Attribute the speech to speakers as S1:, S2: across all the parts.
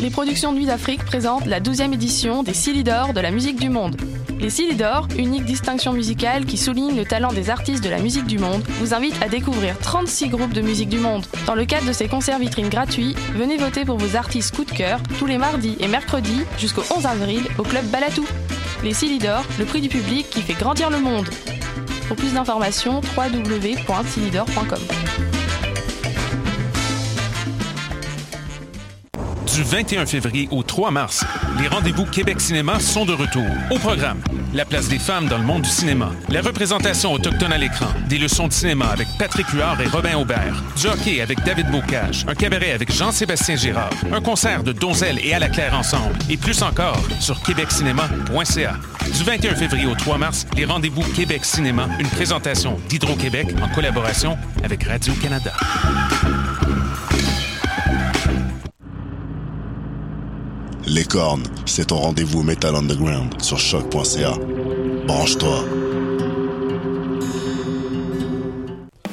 S1: Les productions Nuit d'Afrique présentent la 12e édition des Silidor de la musique du monde. Les Silidor, unique distinction musicale qui souligne le talent des artistes de la musique du monde, vous invite à découvrir 36 groupes de musique du monde. Dans le cadre de ces concerts vitrines gratuits, venez voter pour vos artistes coup de cœur tous les mardis et mercredis jusqu'au 11 avril au club Balatou. Les Silidor, le prix du public qui fait grandir le monde. Pour plus d'informations, www.silidor.com.
S2: Du 21 février au 3 mars, les rendez-vous Québec Cinéma sont de retour. Au programme, la place des femmes dans le monde du cinéma, la représentation autochtone à l'écran, des leçons de cinéma avec Patrick Huard et Robin Aubert, du hockey avec David Bocage, un cabaret avec Jean-Sébastien Girard, un concert de Donzel et À la Claire ensemble, et plus encore sur québeccinéma.ca. Du 21 février au 3 mars, les rendez-vous Québec Cinéma, une présentation d'Hydro-Québec en collaboration avec Radio-Canada.
S3: Les cornes, c'est ton rendez-vous Metal Underground sur choc.ca. Branche-toi.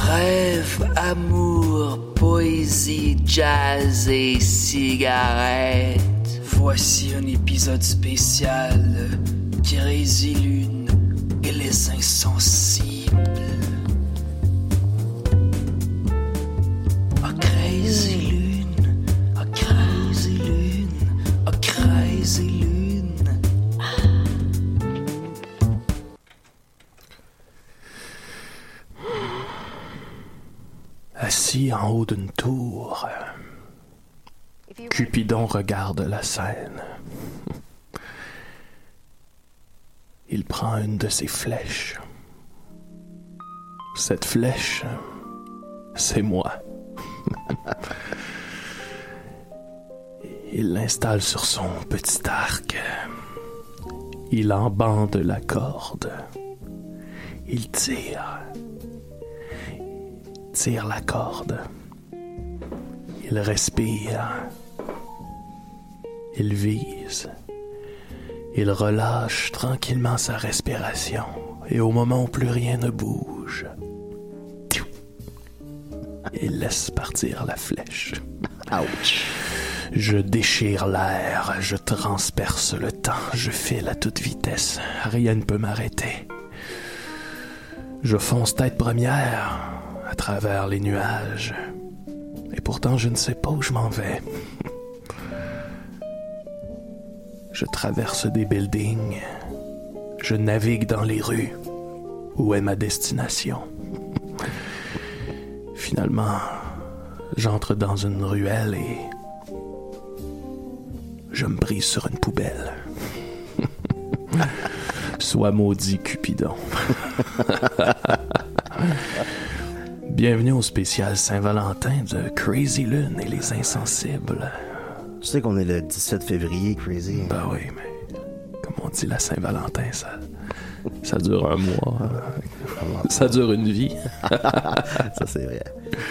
S4: Rêve, amour, poésie, jazz et cigarettes. Voici un épisode spécial qui résilune et les insensibles. A crazy lune, a crazy lune, a crazy lune.
S5: Assis en haut d'une tour, Cupidon regarde la scène. Il prend une de ses flèches. Cette flèche, c'est moi. Il l'installe sur son petit arc. Il en bande la corde. Il tire tire la corde. Il respire. Il vise. Il relâche tranquillement sa respiration. Et au moment où plus rien ne bouge, tiou, il laisse partir la flèche. Ouch. Je déchire l'air, je transperce le temps, je file à toute vitesse. Rien ne peut m'arrêter. Je fonce tête première à travers les nuages. Et pourtant, je ne sais pas où je m'en vais. Je traverse des buildings. Je navigue dans les rues. Où est ma destination? Finalement, j'entre dans une ruelle et je me brise sur une poubelle. Sois maudit, Cupidon. Bienvenue au spécial Saint-Valentin de Crazy Lune et les Insensibles.
S6: Tu sais qu'on est le 17 février, crazy.
S5: Ben oui, mais comme on dit, la Saint-Valentin, ça, ça dure un mois.
S6: Ah,
S5: ça dure une vie.
S6: Ça, c'est vrai.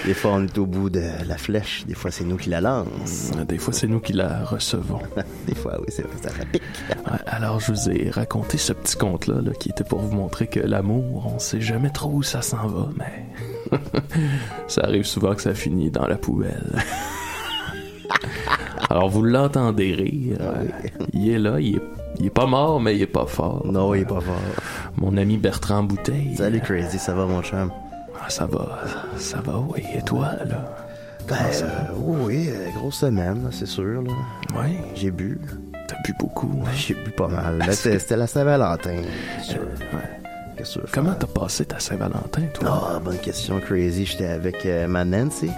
S6: Des fois, on est au bout de la flèche. Des fois, c'est nous qui la lance.
S5: Des fois, c'est nous qui la recevons.
S6: Des fois, oui, c'est vrai, ça la pique.
S5: Ouais, alors, je vous ai raconté ce petit conte-là là, qui était pour vous montrer que l'amour, on sait jamais trop où ça s'en va, mais ça arrive souvent que ça finit dans la poubelle. Alors, vous l'entendez rire.
S6: Ah
S5: Euh, Il est là, il est, il est pas mort, mais il est pas fort.
S6: Non, il est pas fort.
S5: Mon ami Bertrand Bouteille.
S6: Salut, crazy. Ça va, mon chum?
S5: Ah, ça va, ça va, oui. Et toi, là?
S6: Ben,
S5: Ah,
S6: euh, oui, euh, grosse semaine, là, c'est sûr. Là.
S5: Oui,
S6: J'ai bu.
S5: t'as bu beaucoup. hein?
S6: J'ai bu pas mal. Là, c'était c'était la Saint-Valentin. c'est sûr.
S5: Euh, Ouais.
S6: Qu'est-ce que tu veux
S5: Comment
S6: faire?
S5: t'as passé ta Saint-Valentin, toi?
S6: Ah, bonne question, crazy. J'étais avec euh, ma Nancy.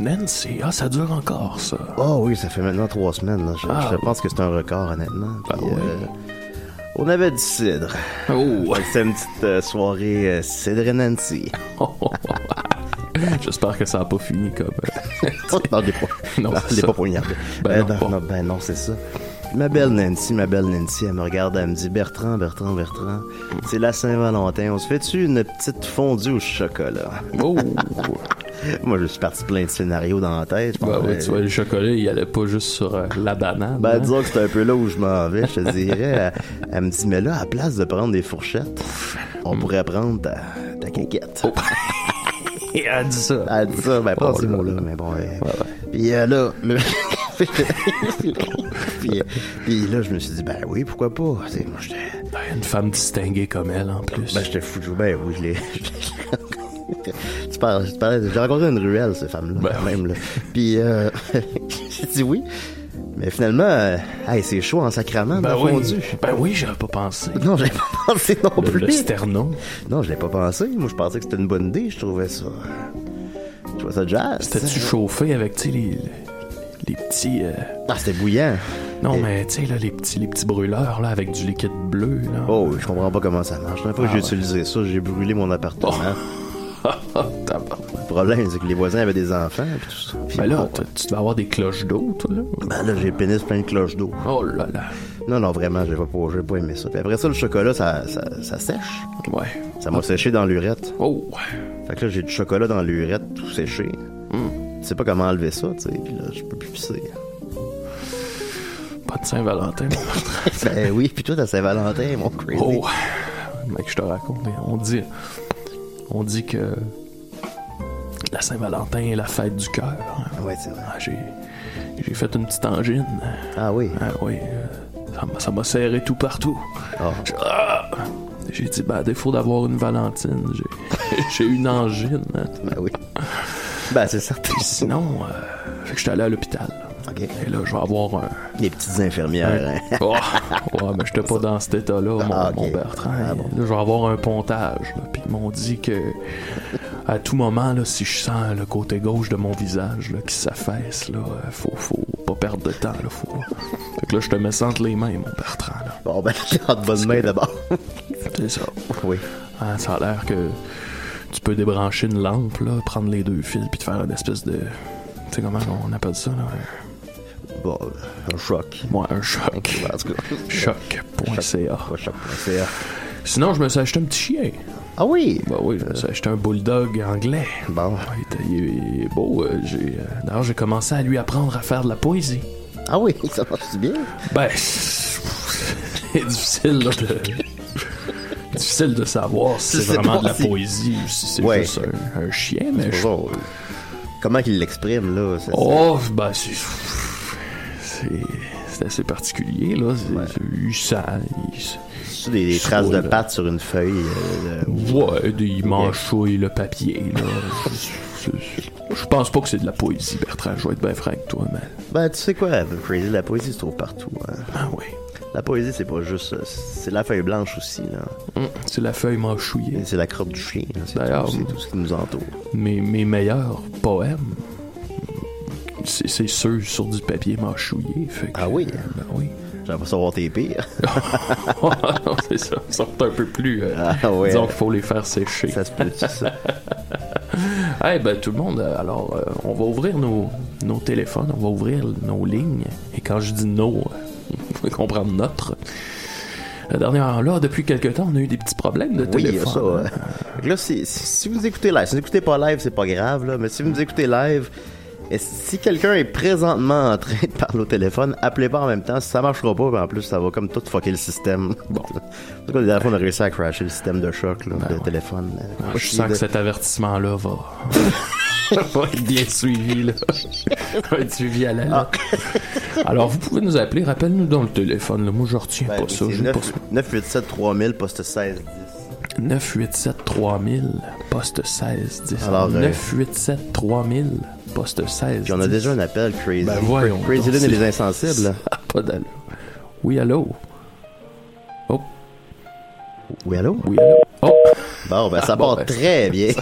S5: Nancy, ah, ça dure encore, ça.
S6: Oh oui, ça fait maintenant trois semaines. là. Je,
S5: Ah,
S6: je
S5: oui. Ah
S6: pense que c'est un record, honnêtement. Puis, euh,
S5: oui.
S6: on avait du cidre.
S5: Oh!
S6: C'était une petite euh, soirée euh, cidre et Nancy.
S5: J'espère que ça a pas fini comme... euh,
S6: non, je l'ai pas.
S5: Non,
S6: Non,
S5: c'est
S6: je l'ai
S5: ça.
S6: pas poignardé.
S5: Ben
S6: Euh,
S5: non,
S6: non,
S5: pas.
S6: non, ben non, c'est ça. Ma belle Nancy, ma belle Nancy, elle me regarde, elle me dit Bertrand, Bertrand, Bertrand, c'est la Saint-Valentin, on se fait-tu une petite fondue au chocolat
S5: Oh!
S6: Moi, je suis parti plein de scénarios dans la tête.
S5: bah
S6: Euh,
S5: ouais, tu vois, le chocolat, il allait pas juste sur euh, la banane.
S6: Ben,
S5: hein.
S6: disons que c'est un peu là où je m'en vais, je te dirais. Elle, elle me dit, mais là, à la place de prendre des fourchettes, on
S5: Hmm.
S6: pourrait prendre ta, ta quinquette.
S5: Oh. Elle a dit ça.
S6: Elle dit ça, ben, pas
S5: Oh
S6: ces
S5: là
S6: mots-là,
S5: là.
S6: mais bon. euh,
S5: ouais.
S6: Puis euh, là, le- puis, euh, puis là, je me suis dit, ben oui, pourquoi pas? Tu sais, moi, j'étais
S5: Ben, une femme distinguée comme elle, en plus.
S6: ben, j'étais fou, de- ben oui, je l'ai. tu parles, tu parles, j'ai rencontré une ruelle, cette femme-là,
S5: Ben
S6: quand
S5: oui.
S6: même, là. Puis, euh, j'ai dit oui. Mais finalement, euh, hey, c'est chaud en sacrament,
S5: ben
S6: dans le fondu.
S5: oui, ben oui, j'avais pas pensé.
S6: Non, j'avais pas pensé non
S5: Le,
S6: plus.
S5: le sternum.
S6: Non, je l'ai pas pensé. Moi, je pensais que c'était une bonne idée. Je trouvais ça. Je trouvais ça jazz.
S5: T'as-tu chauffé avec, tu sais, les, les- les petits... euh,
S6: Ah, c'était bouillant.
S5: Non,
S6: Et-
S5: mais tu sais, là, les petits, les petits brûleurs, là, avec du liquide bleu, là.
S6: Oh, je comprends pas comment ça marche. La première fois que
S5: Ah,
S6: j'ai
S5: ouais. Oh.
S6: utilisé ça, j'ai brûlé mon appartement. Le problème, c'est que les voisins avaient des enfants. Puis tout ça. Puis
S5: Mais Ben là,
S6: bon,
S5: t'as- tu devais avoir des cloches d'eau, toi, là.
S6: ben là, j'ai le pénis plein de cloches d'eau.
S5: Oh là là.
S6: Non, non, vraiment, j'ai pas, j'ai pas aimé ça. Puis après ça, le chocolat, ça, ça, ça sèche.
S5: Ouais.
S6: Ça m'a séché dans l'urette.
S5: Oh.
S6: Fait que là, j'ai du chocolat dans l'urette tout séché.
S5: Hmm.
S6: Tu sais pas comment enlever ça, tu sais. Puis là, je peux plus pisser.
S5: Pas de Saint-Valentin, mon Bertrand.
S6: ben oui, puis toi, t'as Saint-Valentin, mon crazy.
S5: Oh. Mec, je te raconte. On dit... On dit que... La Saint-Valentin est la fête du cœur.
S6: Ouais, c'est vrai.
S5: Ah, j'ai... J'ai fait une petite angine.
S6: Ah oui.
S5: Ah oui. euh, ça m'a- Ça m'a serré tout partout.
S6: Ah.
S5: Ah! J'ai dit, ben, à défaut d'avoir une Valentine, j'ai, j'ai une angine.
S6: Ben oui. Ben, c'est certain.
S5: Puis sinon, euh, fait que je suis allé à l'hôpital.
S6: OK.
S5: Et là, je vais avoir un.
S6: Les petites infirmières, hein.
S5: Oh, ouais, mais j'étais pas dans cet état-là, mon,
S6: Ah, ok.
S5: mon Bertrand.
S6: Ah, bon.
S5: Là, je vais avoir un pontage. là. Puis ils m'ont dit que, à tout moment, là, si je sens le côté gauche de mon visage là, qui s'affaisse, là, euh, faut, faut pas perdre de temps. Là, faut... Fait que là, je te mets entre les mains, mon Bertrand. Là.
S6: Bon, ben, en bonne main d'abord.
S5: C'est ça.
S6: Oui.
S5: Ah, ça a l'air que tu peux débrancher une lampe, là, prendre les deux fils, puis te faire une espèce de. Tu sais comment on appelle ça, là un-
S6: Bon, un choc.
S5: Moi, un choc.
S6: En tout cas.
S5: Choc.ca.
S6: Pas choc. c'est, euh,
S5: Sinon, je me suis acheté un petit chien.
S6: Ah oui!
S5: Bah oui, je me suis acheté un bulldog anglais.
S6: Bon.
S5: Ouais, il était- il est beau. euh, j'ai, euh, D'ailleurs, j'ai commencé à lui apprendre à faire de la poésie.
S6: Ah oui, ça marche bien.
S5: Ben, c'est difficile, là, de. Difficile de savoir si
S6: Je
S5: c'est
S6: sais
S5: vraiment
S6: pas
S5: de la
S6: si-
S5: poésie ou si c'est
S6: Ouais.
S5: juste un, un chien, mais je
S6: Bon, euh, comment qu'il l'exprime, là? c'est-
S5: Oh, bah c'est. C'est c'est assez particulier, là. C'est- c'est- Il sent. il se-
S6: C'est des, des traces de
S5: Soit, là.
S6: pattes sur une feuille. euh, de-
S5: Ouais, il manchouille le papier, là. Je- je- Je pense pas que c'est de la poésie, Bertrand. Je vais être bien franc avec toi, mais.
S6: Ben, tu sais quoi, Crazy, la poésie se trouve partout. hein.
S5: Ah oui.
S6: La poésie, c'est pas juste. euh, C'est la feuille blanche aussi, là.
S5: Mm, C'est la feuille
S6: Et
S5: manchouillée.
S6: C'est la crotte du chien. hein, C'est
S5: D'ailleurs,
S6: tout, c'est tout ce qui nous entoure.
S5: Mes, mes meilleurs poèmes, c'est c'est ceux sur du papier manchouillé. fait que-
S6: Ah oui?
S5: Ben oui.
S6: J'ai l'impression d'avoir tes pires.
S5: c'est ça. Ils sont un peu plus. euh,
S6: Ah ouais.
S5: Disons qu'il faut les faire sécher.
S6: Ça se peut, ça.
S5: Eh ben tout le monde, euh, alors euh, on va ouvrir nos, nos téléphones, on va ouvrir nos lignes. Et quand je dis nos, euh, vous pouvez comprendre notre. La dernière heure là, depuis quelque temps, on a eu des petits problèmes de
S6: Oui, il y a
S5: téléphone. hein.
S6: ça. hein. ouais. Fait que Là, si, si- si vous nous écoutez live, si vous nous écoutez pas live, c'est pas grave, là, mais si vous nous écoutez live, et si quelqu'un est présentement en train de parler au téléphone, appelez pas en même temps, ça marchera pas, puis en plus, ça va comme tout fucker le système.
S5: Bon. Ben
S6: En tout cas, la dernière fois, on a réussi à crasher le système de choc, là, de
S5: ouais.
S6: téléphone.
S5: Ah, Je sens que cet avertissement-là va... va être bien suivi, là. va être suivi à la
S6: Ah,
S5: lettre. Alors, vous pouvez nous appeler, rappelle-nous dans le téléphone, là. Moi, je retiens
S6: Ben,
S5: pas ça,
S6: c'est
S5: je joue
S6: 9
S5: pas ça.
S6: 987 3000 poste 16
S5: 987 3000 poste 16 10.
S6: Alors, euh,
S5: 987 3000 poste 16
S6: Puis on a
S5: 10.
S6: déjà un appel, Crazy.
S5: Ben voyons
S6: Crazy
S5: donc,
S6: Lune et
S5: c'est-
S6: les insensibles. là.
S5: Ça a pas d'allure. Oui, allô?
S6: Oui, allô?
S5: Oui, allô? Oh!
S6: Bon, ben ça
S5: bon,
S6: part
S5: ben.
S6: très bien.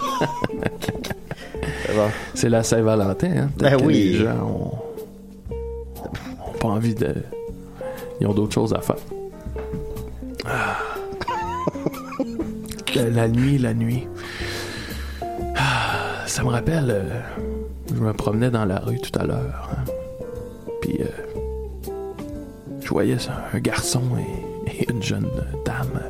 S6: bon.
S5: C'est la Saint-Valentin, hein? Peut-être
S6: Ben
S5: que
S6: oui.
S5: Les gens ont... ont pas envie de... Ils ont d'autres choses à faire. Ah. la, la nuit, la nuit. Ah, ça me rappelle... euh, je me promenais dans la rue tout à l'heure. hein. Puis... euh, Je voyais ça, un garçon et, et une jeune dame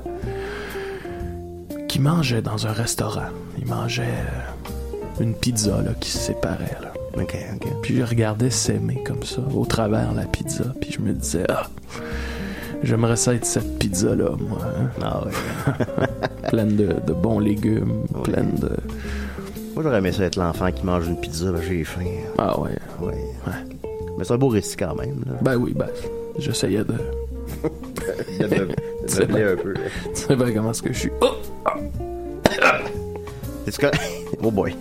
S5: qui mangeaient dans un restaurant. Ils mangeaient euh, une pizza là, qui se séparait. là.
S6: Ok, ok.
S5: Puis je regardais s'aimer comme ça, au travers la pizza. Puis je me disais, ah, j'aimerais ça être cette pizza-là, moi. hein.
S6: Ah ouais.
S5: Pleine de, de bons légumes,
S6: Ouais.
S5: pleine de.
S6: Moi, j'aurais aimé ça être l'enfant qui mange une pizza, ben j'ai faim.
S5: Ah ouais.
S6: Ouais. Mais c'est un beau récit quand même, là.
S5: Ben oui, ben, j'essayais de.
S6: De me-
S5: C'est
S6: de me plaire un peu.
S5: Tu sais bien comment est-ce que je suis. Oh!
S6: Est-ce que... Oh boy.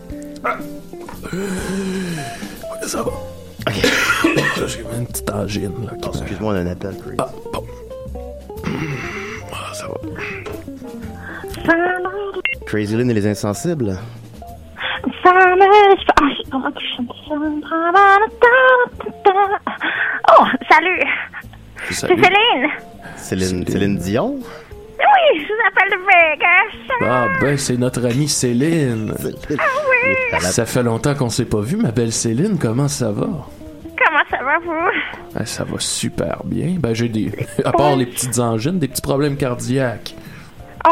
S5: Ça va. J'ai même une petite angine, là. qui me-
S6: Excuse-moi, on a un appel, Chris.
S5: Ah, bon. Ah, ça va.
S6: Crazy Lynn et les insensibles.
S7: Oh, salut! C'est
S5: Salut.
S7: Céline!
S6: Céline,
S5: Céline.
S6: Céline Dion.
S7: Oui, je vous appelle de Vegas!
S5: Ah, ben, c'est notre amie Céline.
S6: oui.
S5: Ça fait longtemps qu'on s'est pas vu, ma belle Céline. Comment ça va?
S7: Comment ça va, vous?
S5: Ah, ça va super bien. Ben, j'ai des. À part les petites angines, des petits problèmes cardiaques.
S7: Oh,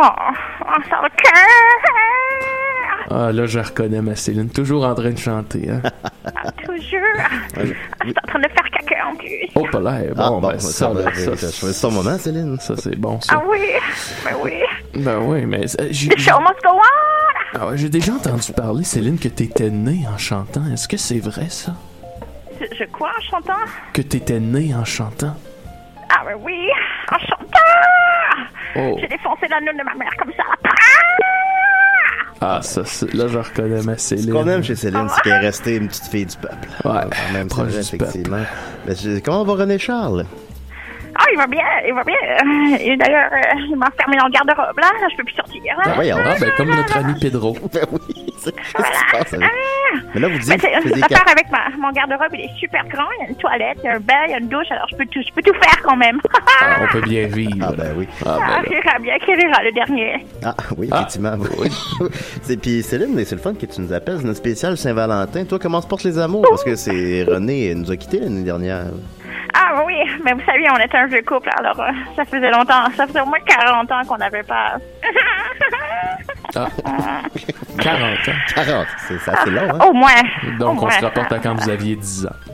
S7: on sent le cœur!
S5: Ah, là, je reconnais ma Céline. Toujours en train de chanter, hein.
S7: Ah, Toujours! Ah, je suis en train de faire caca en plus!
S5: Oh, pas l'air. Bon,
S6: Ah, bon,
S5: ben,
S6: ça,
S5: ça, là, ça,
S6: ça, choisi son moment, Céline.
S5: ça, c'est bon,
S7: Ah
S5: ça.
S7: oui! Ben oui!
S5: Ben oui, mais euh, j'ai
S7: The show must go on!
S5: ah ouais, j'ai déjà entendu parler, Céline, que t'étais née en chantant. Est-ce que c'est vrai, ça?
S7: Je, je quoi en chantant?
S5: Que t'étais née en chantant?
S7: Ah ben oui! En chantant!
S5: Oh.
S7: J'ai défoncé la lune de ma mère comme ça! Ah!
S5: Ah, ça, c'est- là, je reconnais ma
S6: Ce
S5: Céline.
S6: qu'on aime chez Céline, c'est qu'elle est restée une petite fille du peuple. Ah,
S5: Ouais,
S6: Quand même, c'est
S5: proche
S6: vrai,
S5: du peuple.
S6: effectivement. Mais je- comment va René Charles?
S7: Ah, il va bien, il va bien. Euh, Et d'ailleurs, euh, il m'a enfermé dans le garde-robe, là. Je peux plus sortir.
S6: Ben voyons.
S5: Ah, ben, comme notre ami Pedro.
S6: Ben oui, c'est- qu'est-ce qui se passe avec- Mais là, vous
S7: Mais
S6: dites
S7: Ben, c'est-
S6: que c'est des
S7: à part
S6: cap-
S7: avec ma, mon garde-robe, il est super grand. Il y a une toilette, il y a un bain, il y a une douche. Alors, je peux tout, je peux tout faire quand même.
S5: Ah, on peut bien vivre.
S6: Ah ben oui.
S5: Ah,
S7: Ah,
S5: ben, là.
S7: rira bien, qui rira le dernier.
S6: Ah oui,
S5: Ah.
S6: effectivement. Oui. c'est puis Céline, c'est le fun que tu nous appelles, c'est notre spécial Saint-Valentin. Toi, comment se portent les amours Parce que c'est René elle nous a quittés l'année dernière.
S7: Ah oui, mais vous savez, on était un vieux couple, alors euh, ça faisait longtemps. Ça faisait au moins 40 ans qu'on n'avait pas...
S5: Ah. 40 ans.
S6: 40, c'est c'est assez long, hein
S7: Au moins.
S5: hein? Donc,
S7: au
S5: on se
S7: moins.
S5: rapporte à quand vous aviez 10 ans.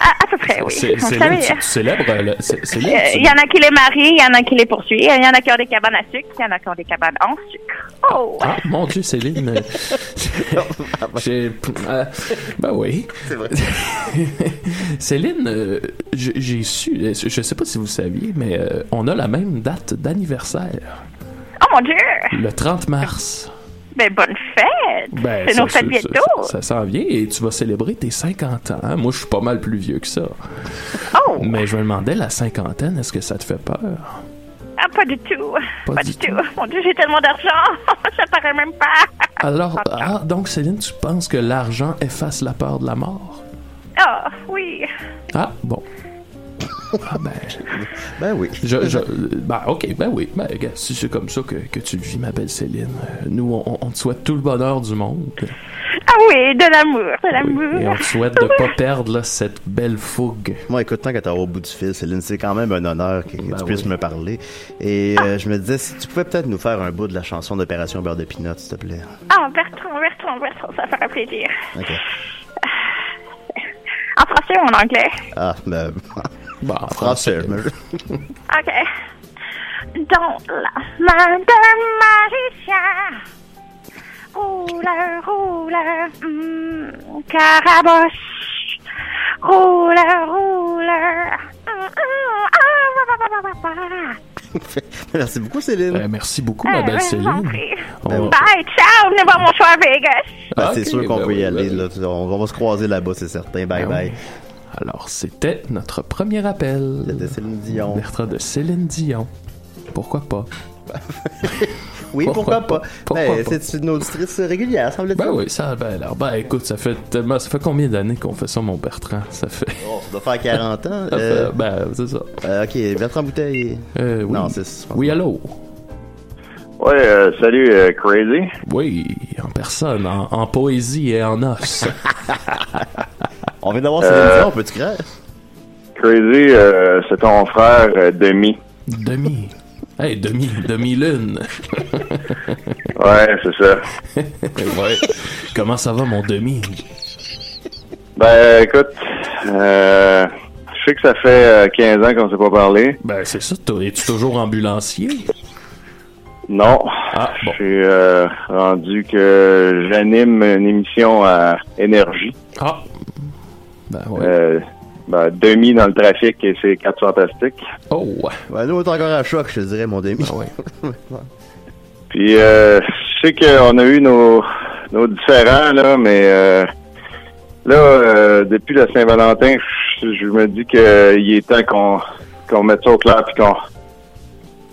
S7: Ah, à peu près, oui.
S5: C'est
S7: Vous
S5: Céline,
S7: savez,
S5: tu, tu célèbres le. c'est- Céline,
S7: euh,
S5: tu-
S7: il y en a qui les marient, il y en a qui les poursuivent, il y en a qui ont des cabanes à sucre, il y en a qui ont des cabanes en sucre. Oh!
S5: Ah, mon Dieu, Céline. euh, j'ai- euh, ben oui. Céline, euh, j'ai j'ai su, euh, je sais pas si vous saviez, mais euh, on a la même date d'anniversaire,
S7: Oh mon Dieu!
S5: le 30 mars.
S7: Ben, bonne fête!
S5: Ben,
S7: c'est
S5: ça-
S7: nos fêtes
S5: ça-
S7: bientôt!
S5: Ça, ça s'en vient et tu vas célébrer tes 50 ans. Moi, je suis pas mal plus vieux que ça.
S7: Oh!
S5: Mais je me demandais, la cinquantaine, est-ce que ça te fait peur?
S7: Ah, pas du tout!
S5: Pas
S7: Pas,
S5: du
S7: du, tout. Mon Dieu, j'ai tellement d'argent! ça paraît même pas!
S5: Alors, ah, donc Céline, tu penses que l'argent efface la peur de la mort?
S7: Ah, oui!
S5: Ah, bon. Ah ben,
S6: Ben oui.
S5: je, je, ben, ok, ben oui, ben, gars, si c'est comme ça que, que tu le vis, ma belle Céline, euh, nous, on, on te souhaite tout le bonheur du monde.
S7: Ah oui, de l'amour, de
S5: Oui, et
S7: l'amour!
S5: on te souhaite de pas perdre là, cette belle fougue.
S6: Moi, écoute, tant que t'es au bout du fil, Céline, c'est quand même un honneur que, que
S5: Ben
S6: tu puisses
S5: oui.
S6: me parler. Et euh, je me disais, si tu pouvais peut-être nous faire un bout de la chanson d'Opération Beurre de Pinot, s'il te plaît.
S7: Ah, Bertrand, Bertrand, Bertrand, ça fera plaisir.
S6: OK.
S7: En français ou en anglais?
S6: Ah, ben,
S5: Bah, en
S6: français. je me-
S7: Ok. Dans la main de magicien, rouleur, rouleur, hmm, carabosse, rouleur, rouleur. hmm, hmm, ah, wa, wa, wa, wa, wa.
S6: Merci beaucoup, Céline.
S5: Euh, merci beaucoup, ma belle
S7: Eh, je vous en
S5: Céline.
S7: prie.
S6: Hum.
S5: On-
S7: Bye, ciao, venez voir mon show à Vegas.
S6: Ben,
S5: Ah,
S6: c'est
S5: ok,
S6: sûr qu'on
S5: ben
S6: peut y
S5: oui, ben
S6: aller.
S5: oui.
S6: là. On, on va se croiser là-bas, c'est certain. Bye
S5: Ben
S6: bye.
S5: oui. Alors, c'était notre premier
S6: C'était
S5: appel.
S6: Céline Dion.
S5: Bertrand de Céline Dion. Pourquoi pas?
S6: Oui, pourquoi,
S5: Pourquoi
S6: pas?
S5: pas? Pourquoi
S6: Ben,
S5: pas?
S6: C'est une auditrice régulière, semble-t-il.
S5: Ben oui, ça, ben alors, ben écoute, ça fait tellement, ça fait combien d'années qu'on fait ça, mon Bertrand? Ça fait,
S6: Oh, ça doit faire 40 ans.
S5: ça fait-
S6: Euh,
S5: ben, c'est ça.
S6: euh, ok, Bertrand Bouteille.
S5: Euh, oui.
S6: Non, c'est-
S5: Oui, allô?
S8: Ouais, euh, salut euh, Crazy.
S5: Oui, en personne, en, en poésie et en os. Euh,
S6: On vient d'avoir Céline Dion, on peut-tu croire?
S8: Crazy, euh, c'est ton frère euh, Demi.
S5: Demi. Hey, demi, demi-lune.
S8: Ouais, c'est ça.
S5: ouais. Comment ça va, mon demi?
S8: Ben, écoute, euh, je sais que ça fait euh, 15 ans qu'on s'est pas parlé.
S5: Ben, c'est ça, toi. Es-tu toujours Ah, ambulancier?
S8: Non. Je suis euh, rendu que j'anime une émission à Énergie.
S5: Ah. Ben, ouais.
S8: Euh, ben, demi dans le trafic et c'est 4 fantastiques.
S5: Oh!
S6: Ben, nous, on est encore à choc, je te dirais, mon demi.
S5: Ah
S8: Puis, euh, je sais qu'on a eu nos, nos différends, là, mais euh, là, euh, depuis la Saint-Valentin, je je me dis qu'il est temps qu'on qu'on mette ça au clair puis qu'on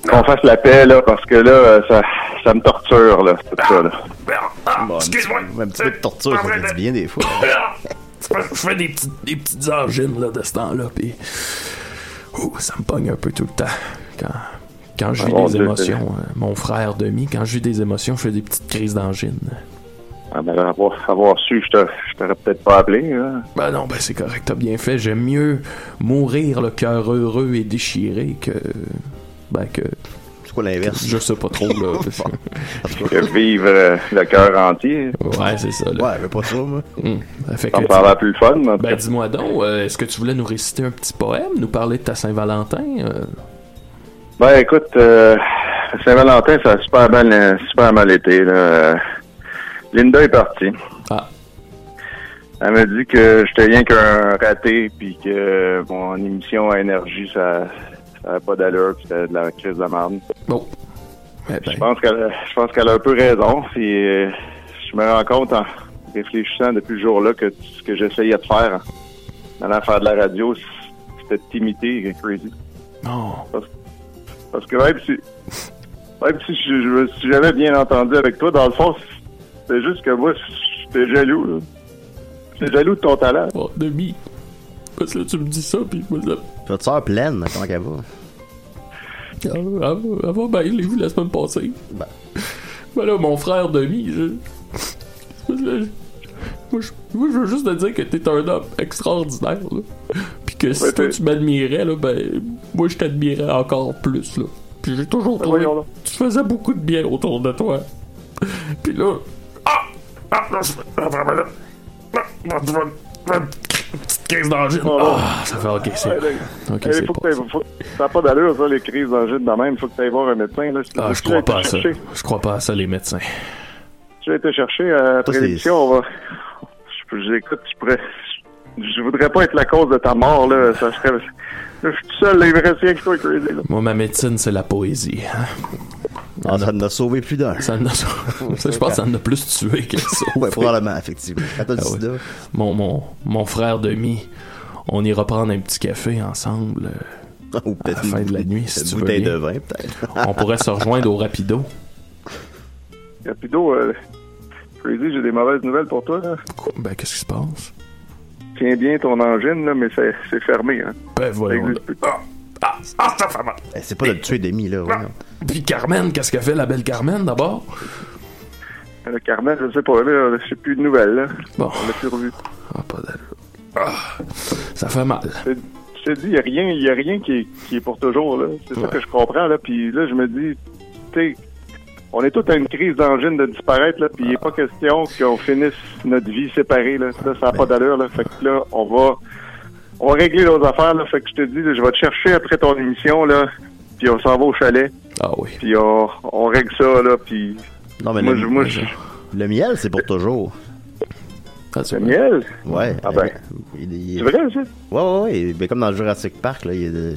S8: qu'on fasse la paix, là, parce que là, euh, ça, ça me torture, là, tout ça, là.
S6: Bon, un petit- Un petit peu de torture, ça fait du bien des fois.
S5: Je fais des petites, des petites angines, là, de ce temps-là, puis... Ouh, ça me pogne un peu tout le temps. Quand, quand je
S8: Ah,
S5: vis
S8: mon
S5: des
S8: Dieu,
S5: émotions, euh, mon frère demi, quand je vis des émotions, je fais des petites crises d'angine.
S8: Ah, ben, avoir, avoir su, je te- je t'aurais peut-être pas appelé, là.
S5: Ben non, ben c'est correct, t'as bien fait. J'aime mieux mourir le cœur heureux et déchiré que... Ben que...
S6: C'est quoi l'inverse?
S5: Je sais pas trop, là.
S8: Que vivre euh, le cœur entier.
S5: ouais, c'est ça, là.
S6: Ouais, mais pas ça, moi.
S5: Hum. Ça fait
S8: Ça
S5: que-
S8: me parlait plus le fun, mais en tout
S5: Ben
S8: cas.
S5: dis-moi donc, euh, est-ce que tu voulais nous réciter un petit poème, nous parler de ta Saint-Valentin? euh?
S8: Ben écoute, euh, Saint-Valentin, ça a super mal, euh, super mal été. Là. Euh, Linda est partie.
S5: Ah.
S8: Elle m'a dit que j'étais rien qu'un raté, puis que mon émission à énergie, ça n'avait pas d'allure, puis c'était de la crise de la marne.
S5: Bon. Eh ben,
S8: Je pense qu'elle je pense qu'elle a un peu raison, puis euh, je me rends compte en réfléchissant depuis le jour-là que ce que j'essayais de faire, en allant faire de la radio, c'était de t'imiter, crazy.
S5: non.
S8: Parce que même si, même si je, je me suis jamais bien entendu avec toi, dans le fond, c'est juste que moi, j'étais jaloux. là. J'étais jaloux de ton talent.
S5: Oh, demi. Parce que là, tu me dis ça, puis moi, ça...
S6: Votre soeur pleine, comment qu'elle va?
S5: Ah, ah, ah, ah, ben, il est vu la semaine passée.
S6: Ben.
S5: Ben là, mon frère demi, je... Parce que là, je- Moi je... moi, je veux juste te dire que t'es un homme extraordinaire, là. Puis que si
S8: Ouais,
S5: toi,
S8: t'es-
S5: tu m'admirais, là, ben... Moi, je t'admirais encore plus, là. Puis j'ai toujours
S8: Ben,
S5: trouvé...
S8: voyons, là.
S5: Tu faisais beaucoup de bien autour de toi. Puis là... Ah! Ah, là, je... Ah, vraiment, là. Ah, ah, tu vas- tu vas- Petite crise d'angine.
S8: Oh, là.
S5: Ah, ça fait ok, c'est...
S8: Ouais,
S5: Ok,
S8: Eh,
S5: c'est
S8: faut que
S5: pas...
S8: t'ailles- faut- ça n'a pas d'allure, ça, les crises d'angine de même. faut que tu ailles voir un médecin. Là.
S5: Ah, je
S8: Tu
S5: crois
S8: l'as été
S5: pas à ça.
S8: chercher.
S5: Je crois pas à ça, les médecins.
S8: Tu as été chercher euh, après
S6: Ça, c'est-
S8: l'émission. On va... je, je- écoute, je, pourrais... je voudrais pas être la cause de ta mort. Là. Ça serait... Je suis tout seul, là, il me reste rien que toi, Crazy. là.
S5: Moi, ma médecine, c'est la poésie. hein.
S6: On Ah, en a sauvé plus d'un.
S5: Ça en a- ça, je pense que ça en a plus tué que ça.
S6: Ouais, probablement, effectivement. Quand t'as dit
S5: Ah ouais.
S6: ça,
S5: Mon, mon, mon frère demi, on ira prendre un petit café ensemble. euh,
S6: ou peut-être
S5: À la fin de la nuit, si
S6: une
S5: tu veux
S6: bouteille
S5: bien.
S6: de vin, peut-être.
S5: On pourrait se rejoindre au Rapido.
S8: Rapido, euh, Crazy, j'ai des mauvaises nouvelles pour toi. là.
S5: Ben, qu'est-ce qui se passe?
S8: Tiens bien ton engine, là, mais c'est c'est fermé. Hein.
S5: Ben,
S8: Ça
S5: voyons.
S8: existe plus. Ah,
S5: Ah, ah, ça fait mal.
S6: Eh, C'est pas de le tuer demi, là. voyons.
S5: Puis Carmen, qu'est-ce qu'elle fait, la belle Carmen, d'abord?
S8: Le Euh, Carmen, je sais pas, là, je sais plus de nouvelles, là.
S5: Bon,
S8: On l'a plus revu.
S5: ah, pas d'allure. Ah, ça fait mal.
S8: Je te dis, il y a rien, il y a rien qui est, qui est pour toujours, là. C'est ça
S5: Ouais.
S8: que je comprends, là. Puis là, je me dis, tu sais, on est tous à une crise d'engine de disparaître, là, puis il n'est pas question qu'on finisse notre vie séparée, là. Là, ça n'a pas d'allure, là. Fait que là, on va, on va régler nos affaires, là. Fait que je te dis, là, je vais te chercher après ton émission, là, puis on s'en va au chalet,
S5: Ah oui.
S8: puis on, on règle ça, là, puis...
S6: Non, mais
S8: moi,
S6: le,
S8: je, moi, je...
S6: le miel, c'est pour toujours.
S5: Ah, c'est
S8: Le
S5: vrai.
S8: miel?
S6: Ouais. euh,
S8: Ah ben.
S6: Il- il-
S8: C'est vrai, ça?
S6: Ouais, ouais, ouais. Mais comme dans le Jurassic Park, là, il y a de...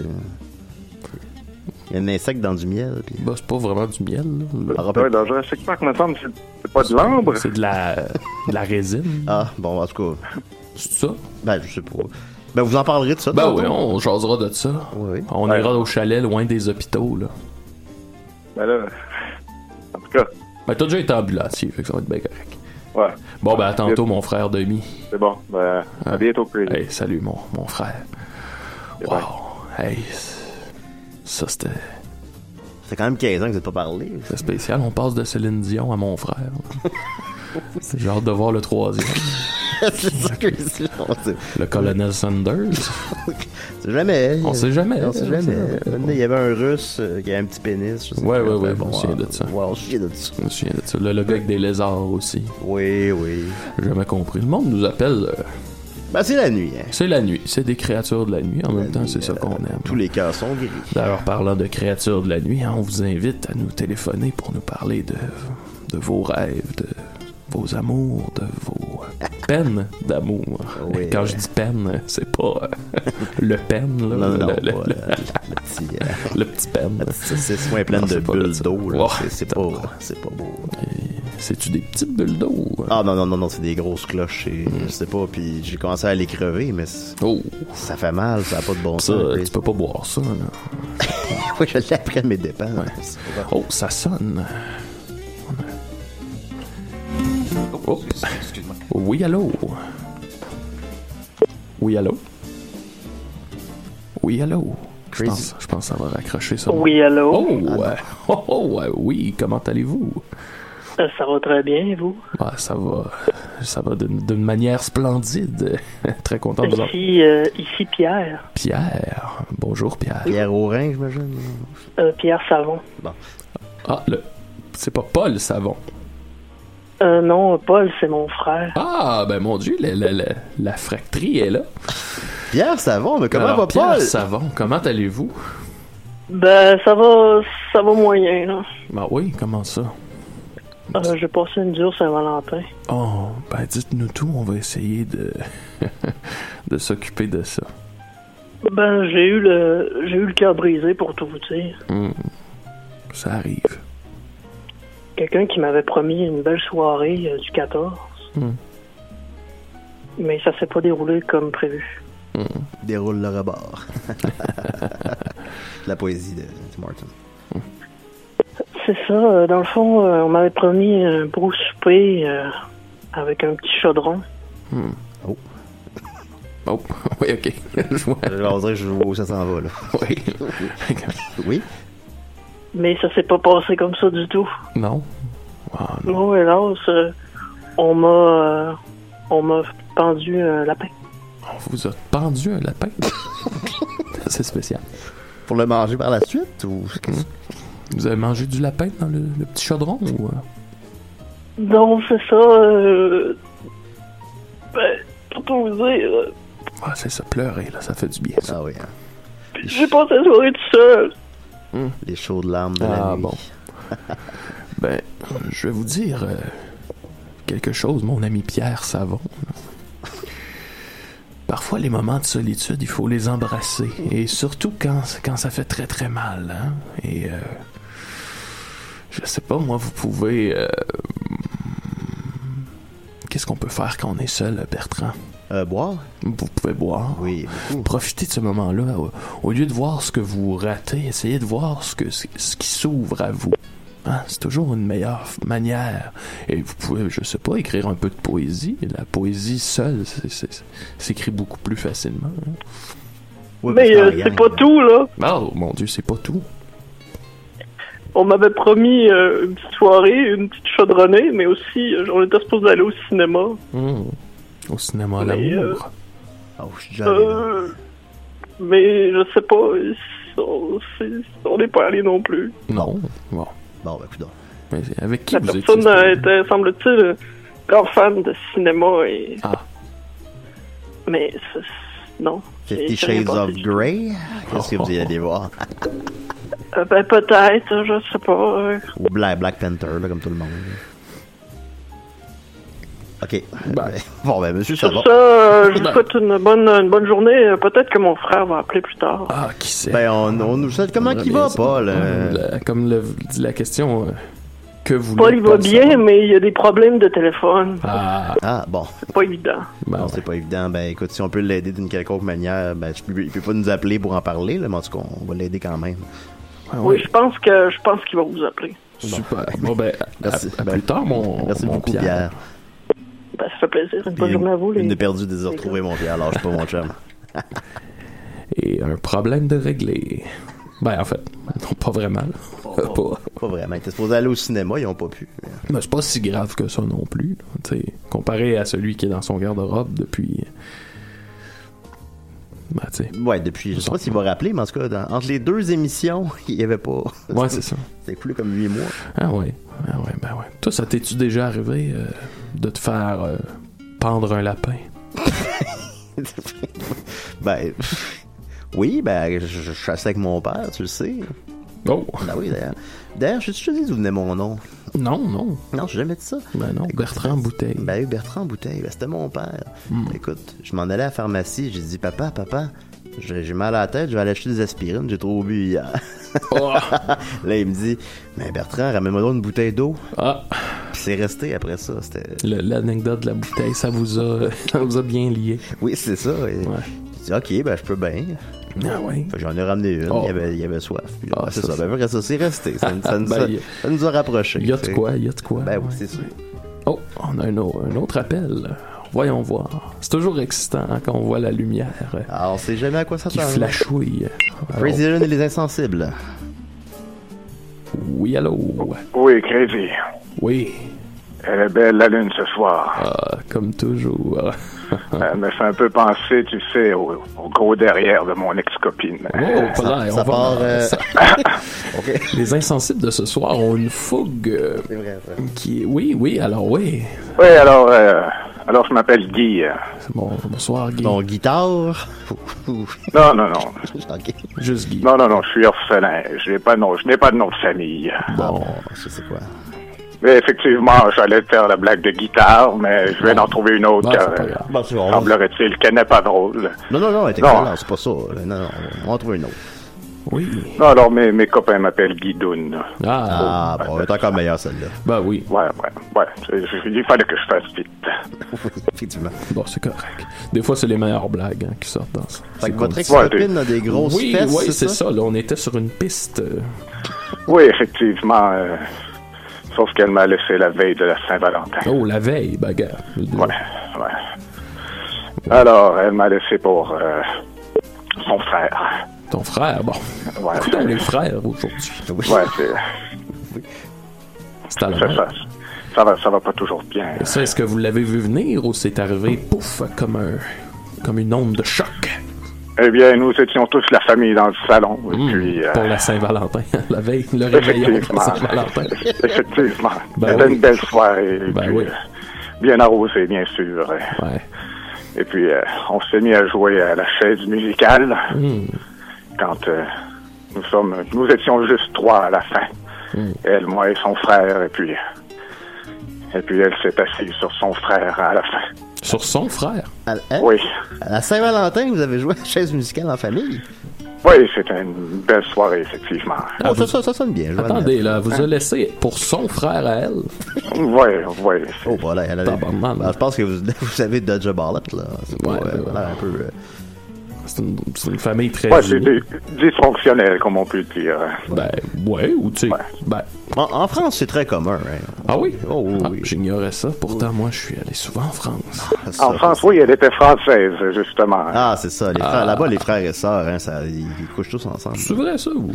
S6: Il y a un insecte dans du miel. Puis...
S5: Bah, c'est pas vraiment du miel. là.
S6: Ah,
S8: Ouais,
S6: rappelle-
S8: dans Jurassic Park, me semble, c'est- c'est pas de l'ambre.
S5: C'est de la, de la résine.
S6: Ah, bon, en tout cas,
S5: C'est ça?
S6: ben, je sais pas. Ben, vous en parlerez de ça.
S5: Ben
S6: tantôt.
S5: oui, on jasera de ça.
S6: Ouais, ouais.
S5: On
S8: Ouais.
S5: ira au chalet loin des hôpitaux, là.
S8: Ben là, en tout cas,
S5: Ben, t'as déjà été ambulancier, fait que ça va être bien correct.
S8: ouais,
S5: Bon, ben, à tantôt, mon frère demi.
S8: c'est bon. Ben, à bientôt, Crazy.
S5: Hey, salut, mon, mon frère. Wow.
S8: bye.
S5: Hey, c- ça, c'était
S6: Ça fait quand même 15 ans que vous n'avez pas parlé.
S5: c'était spécial. On passe de Céline Dion à mon frère. J'ai hâte de voir le troisième.
S6: c'est ça, Crazy London.
S5: Le colonel Sanders.
S6: C'est jamais.
S5: On sait jamais,
S6: On sait
S5: on
S6: jamais.
S5: sait jamais.
S6: Un moment donné, Il y avait un russe euh, qui avait un petit pénis. je sais
S5: Ouais,
S6: pas,
S5: ouais, ouais,
S6: bon,
S5: je me souviens
S6: euh,
S5: de ça.
S6: Ouais, on se souvient de ça.
S5: Je me souviens de ça. Le, le gars avec des lézards aussi.
S6: Oui, oui.
S5: J'ai Jamais compris. Le monde nous appelle. euh,
S6: Ben, c'est la nuit, hein. euh,
S5: c'est la nuit. C'est des créatures de la nuit. En même temps, c'est ça qu'on aime.
S6: Tous les cœurs sont gris.
S5: D'ailleurs, parlant de créatures de la nuit, hein, on vous invite à nous téléphoner pour nous parler de, de vos rêves, de vos amours, de vos peines d'amour.
S6: Oui.
S5: Et Quand je dis peine, c'est pas euh, le peine, là,
S6: Non,
S5: le,
S6: non,
S5: le-
S6: non.
S5: le-
S6: pas, euh, le petit, euh,
S5: le petit peine.
S6: C'est c'est soin plein
S5: Non,
S6: de
S5: c'est pas
S6: bulles
S5: ça.
S6: d'eau. là.
S5: Oh,
S6: C'est- C'est pas, c'est pas beau.
S5: C'est-tu des petites bulles d'eau? hein? Mm.
S6: Ah non, non, non, non, c'est des grosses cloches. et Je sais pas, puis j'ai commencé à les crever, mais c'est-
S5: Oh,
S6: ça fait mal, ça a pas de bon
S5: ça,
S6: sens.
S5: tu peux pas boire ça. là.
S6: Oui, je l'ai appris à mes dépens. C'est pas-
S5: Oh, ça sonne. On a- Oh, Oui, allô? Oui, allô? Oui, allô? Je
S6: Crazy.
S5: pense, je pense que ça va raccrocher ça.
S9: Oui, allô?
S5: Oh, euh, oh, oh, euh, oui, comment allez-vous?
S9: Euh, Ça va très bien, et vous?
S5: Ah, ça va, ça va d'une d'une manière splendide. Très content de vous entendre.
S9: Ici, euh, ici Pierre.
S5: Pierre, bonjour Pierre.
S6: Pierre Aurin, j'imagine.
S9: Euh, Pierre Savon.
S5: Ah, le... c'est pas Paul Savon.
S9: Euh, non, Paul, c'est mon frère.
S5: Ah, ben mon Dieu, la, la, la- la fractrie est là.
S6: Pierre Savon, mais comment
S5: Alors,
S6: va
S5: Pierre
S6: Paul?
S5: Savon, comment allez-vous?
S9: Ben, ça va, ça va moyen, là.
S5: Ben oui, comment ça?
S9: Euh, J'ai passé une dure Saint-Valentin.
S5: Oh, ben dites-nous tout, on va essayer de, de s'occuper de ça.
S9: Ben, j'ai eu le, j'ai eu le cœur brisé pour tout vous dire.
S5: Hmm. Ça arrive.
S9: Quelqu'un qui m'avait promis une belle soirée euh, du 14.
S5: Hmm.
S9: Mais ça s'est pas déroulé comme prévu.
S5: mm.
S6: Déroule le rebord. La poésie de Tim Martin.
S9: C'est ça, euh, dans le fond, euh, on m'avait promis un beau souper euh, avec un petit chaudron.
S5: Hmm. Oh, oui, ok. Je vois.
S6: Je vais dire, je vois où ça s'en va, là.
S5: Oui.
S6: Oui?
S9: Mais ça s'est pas passé comme ça du tout.
S5: Non? Ah, non.
S9: Non, hélas, euh, on m'a euh, on m'a pendu un lapin.
S5: On vous a pendu un lapin? c'est spécial.
S6: Pour le manger par la suite? Ou...
S5: Hmm. Vous avez mangé du lapin dans le, le petit chaudron ou. euh?
S9: Donc c'est ça. Euh, ben, pour tout vous dire, euh,
S5: Ah, c'est ça, pleurer, là, ça fait du bien, ça.
S6: Ah oui, hein.
S9: j'ai passé la soirée tout seul.
S6: les chaudes larmes de
S5: Hmm. Ah,
S6: la nuit.
S5: bon. Ben, je vais vous dire euh, quelque chose, mon ami Pierre Savon. Parfois, les moments de solitude, il faut les embrasser. Et surtout quand, quand ça fait très très mal. hein. Et euh, je sais pas, moi, vous pouvez. euh, Qu'est-ce qu'on peut faire quand on est seul, Bertrand
S6: Euh, boire?
S5: Vous pouvez boire.
S6: Oui, beaucoup.
S5: Profitez de ce moment-là. Au- Au lieu de voir ce que vous ratez, essayez de voir ce, que, ce ce qui s'ouvre à vous. Hein, C'est toujours une meilleure manière. Et vous pouvez, je sais pas, écrire un peu de poésie. La poésie seule c'est- c'est- s'écrit beaucoup plus facilement. hein.
S6: Oui,
S9: Mais
S6: parce
S9: euh,
S6: qu'en
S9: c'est
S6: gang,
S9: pas tout là.
S5: Oh mon dieu, c'est pas tout.
S9: On m'avait promis euh, une petite soirée, une petite chaudronnée, mais aussi euh, on était supposé aller au cinéma.
S5: Hmm. Au cinéma,
S9: Mais,
S5: l'amour.
S6: Oh, je suis déjà allé, là.
S9: Euh, mais je sais pas, on- c'est- on n'est pas allé non plus.
S5: Non. Bon.
S6: Bon, ben, coudonc.
S5: Mais avec qui
S9: La
S5: vous étiez
S9: personne euh,
S5: supposé-
S9: était, semble-t-il, grand fan de cinéma et.
S5: Ah.
S9: Mais c'est- c'est- non.
S6: Fifty
S9: Et ça n'est
S6: Shades
S9: pas
S6: of
S9: fait.
S6: Grey? Qu'est-ce que vous allez
S5: Oh.
S6: aller voir?
S9: Euh, ben peut-être, je sais pas. euh,
S6: Ou Black, Black Panther, là, comme tout le monde. OK.
S5: Ben.
S6: Bon, ben, monsieur, ça
S9: Sur
S6: va.
S9: ça, euh, je vous
S5: Ben.
S9: souhaite une bonne, une bonne journée. Euh, Peut-être que mon frère va appeler plus tard.
S5: Ah, qui c'est
S6: Ben, on, on nous souhaite comment qu'il va, Paul? euh,
S5: La- Comme le dit la question, euh, que vous
S9: Paul, il va bien, mais il y a des problèmes de téléphone.
S5: Ah,
S6: Ah, bon.
S9: C'est pas évident.
S5: ben,
S6: non, c'est pas évident. Ben, écoute, si on peut l'aider d'une quelconque manière, ben, tu peux- il peut pas nous appeler pour en parler, là, mais en tout cas, on va l'aider quand même.
S5: Ah, ouais,
S9: Oui,
S5: ouais.
S9: je pense que je pense qu'il va vous appeler.
S5: Super. Bon, ben, à-
S6: Merci.
S5: à, à
S6: Ben,
S5: plus tard, mon,
S6: Merci
S5: mon
S6: beaucoup,
S5: Pierre.
S6: Pierre.
S9: Ben, ça fait plaisir. Une bonne
S6: Puis
S9: journée à vous,
S6: Une
S9: les.
S6: de perdue, des retrouver mon Pierre. Lâche pas, mon chum.
S5: Et un problème de régler. Ben, en fait, non, pas vraiment. là. pas.
S6: Pas vraiment. Ils étaient supposés aller au cinéma, ils ont pas pu.
S5: Mais c'est pas si grave que ça non plus. là. Tu sais, comparé à celui qui est dans son garde-robe depuis. Bah, tu sais.
S6: Ouais, depuis, je sais pas s'il va rappeler, mais en tout cas, dans- entre les deux émissions, il y avait pas.
S5: Ouais, c'est ça.
S6: C'est coulé comme 8 mois.
S5: Ah ouais, ah ouais, ben ouais. Toi, ça t'es-tu déjà arrivé euh, de te faire euh, pendre un lapin?
S6: ben. Oui, ben, je, je chassais avec mon père, tu le sais.
S5: Oh!
S6: Ben oui, d'ailleurs. D'ailleurs, je te dis d'où venait mon nom.
S5: Non, non.
S6: Non, j'ai jamais dit ça.
S5: Ben non, Bertrand Bouteille. Hmm.
S6: Ben oui, Bertrand Bouteille, ben, c'était mon père. Écoute, je m'en allais à la pharmacie, j'ai dit Papa, papa, j'ai j'ai mal à la tête, je vais aller acheter des aspirines, j'ai trop bu hier.
S5: Oh.
S6: Là, il me dit Mais Bertrand, ramène-moi donc une bouteille d'eau.
S5: Ah
S6: Puis c'est resté après ça. C'était.
S5: Le- L'anecdote de la bouteille, ça vous a, ça vous a bien lié.
S6: Oui, c'est ça. et J'ai dit, OK, ben je peux bien.
S5: Ah ouais.
S6: Fait que J'en ai ramené une,
S5: Oh.
S6: il, y avait, il y avait soif. Puis là,
S5: Ah,
S6: c'est
S5: ça,
S6: ça.
S5: ça.
S6: Ben, après ça, c'est resté. Ça, nous- ça nous,
S5: Ben,
S6: a,
S5: il y a-
S6: ça nous a rapprochés.
S5: Il y a de
S6: t'sais.
S5: quoi, il y a de quoi.
S6: Ben oui, c'est sûr.
S5: Oh, on a un, au- un autre appel. Voyons voir. C'est toujours excitant hein, quand on voit la lumière euh,
S6: Ah, on sait jamais à quoi ça
S5: qui
S6: parle.
S5: flashouille. Alors,
S6: Crazy Jeune et les insensibles.
S5: oui, allô?
S10: Oui, Crazy.
S5: Oui,
S10: Elle est belle, la lune, ce soir.
S5: ah, comme toujours.
S10: Elle me fait un peu penser, tu sais, au, au gros derrière de mon ex-copine.
S5: Oh, pas l'air, on va-
S6: euh,
S5: ça- Les insensibles de ce soir ont une fougue euh, qui est... Oui, oui, alors oui.
S10: Oui, alors, euh, alors je m'appelle Guy.
S5: Bon, bonsoir, Guy.
S6: Ton guitare.
S10: Non, non, non.
S5: Juste Guy.
S10: Non, non, non, je suis orphelin. Je n'ai pas, de nom- je n'ai pas de nom de famille.
S5: Bon,
S6: je sais quoi.
S10: Mais effectivement, j'allais faire la blague de guitare, mais je vais en trouver une autre.
S6: Bon, c'est
S10: car,
S6: pas
S10: euh,
S6: grave. Bon, c'est bon.
S10: Semblerait-il qu'elle n'est pas drôle.
S6: Non, non, non, elle était
S10: Non.
S6: collante, c'est pas ça. là. Non, non, on va en trouver une autre.
S5: Oui.
S10: Non, alors mes, mes copains m'appellent Guidoun.
S6: Ah, bon, elle est encore meilleure celle-là.
S5: Bah oui.
S10: Ouais, ouais, ouais. C'est- c'est- Il fallait que je fasse vite.
S6: Oui, effectivement.
S5: Bon, c'est correct. Des fois, c'est les meilleures blagues hein, qui sortent dans ça.
S6: Fait
S5: C'est
S6: que votre
S5: comme-
S6: ex-copine a des grosses
S5: oui,
S6: fesses,
S5: Oui,
S6: c'est
S5: c'est
S6: ça?
S5: ça. Là, on était sur une piste. euh,
S10: Oui, effectivement. euh, sauf qu'elle m'a laissé la veille de la Saint-Valentin.
S5: Oh, la veille, bagarre.
S10: Ouais, ouais. Alors, elle m'a laissé pour euh, son frère.
S5: Ton frère, bon.
S10: Ouais,
S5: Coudonc, les frères aujourd'hui.
S10: Ouais, c'est...
S5: C'est à la
S10: ça,
S5: mode.
S10: ça, ça va, ça va pas toujours bien.
S5: Et ça, est-ce que vous l'avez vu venir ou c'est arrivé, pouf, comme un, comme une onde de choc
S10: Eh bien, nous étions tous la famille dans le salon. Et puis, euh,
S5: pour la Saint-Valentin, la veille, le réveillon de la Saint-Valentin.
S10: effectivement,
S5: Ben
S10: c'était
S5: oui. Ben
S10: une belle soirée. et puis, euh, Bien arrosée, bien sûr. hein.
S5: Ouais.
S10: Et puis, euh, on s'est mis à jouer à la chaise musicale
S5: Hmm.
S10: quand euh, nous sommes, nous étions juste trois à la fin.
S5: Mm.
S10: Elle, moi et son frère, et puis. Et puis elle s'est assise sur son frère à la fin.
S5: Sur son frère.
S6: À, hein?
S10: Oui.
S6: À la Saint-Valentin, vous avez joué à la chaise musicale en famille.
S10: Oui, c'était une belle soirée, effectivement.
S5: Ah,
S6: Oh, ça, ça, ça sonne bien. je vais
S5: Attendez,
S6: admettre.
S5: là, vous a laissé pour son frère à elle.
S10: Ouais, ouais.
S6: Oh, voilà, elle a Ben, Je pense que vous, vous savez Dodge Ballet, là. C'est pas, euh, voilà, un peu. euh,
S5: C'est une, c'est une famille très.
S10: Ouais,
S5: unie.
S10: c'était dysfonctionnel, comme on peut le dire. hein.
S5: Ben, ouais, ou tu sais. Ben.
S6: En, en France, c'est très commun. hein.
S5: Ah oui?
S6: Oh, oui,
S5: Ah,
S6: oui.
S5: J'ignorais ça. Pourtant, moi, je suis allé souvent en France.
S10: En France, oui, elle était française, justement. hein.
S6: Ah, c'est ça. Les
S5: Ah.
S6: frères, là-bas, les frères et sœurs, hein, ça, ils, ils couchent tous ensemble.
S5: C'est vrai, ça? Ou...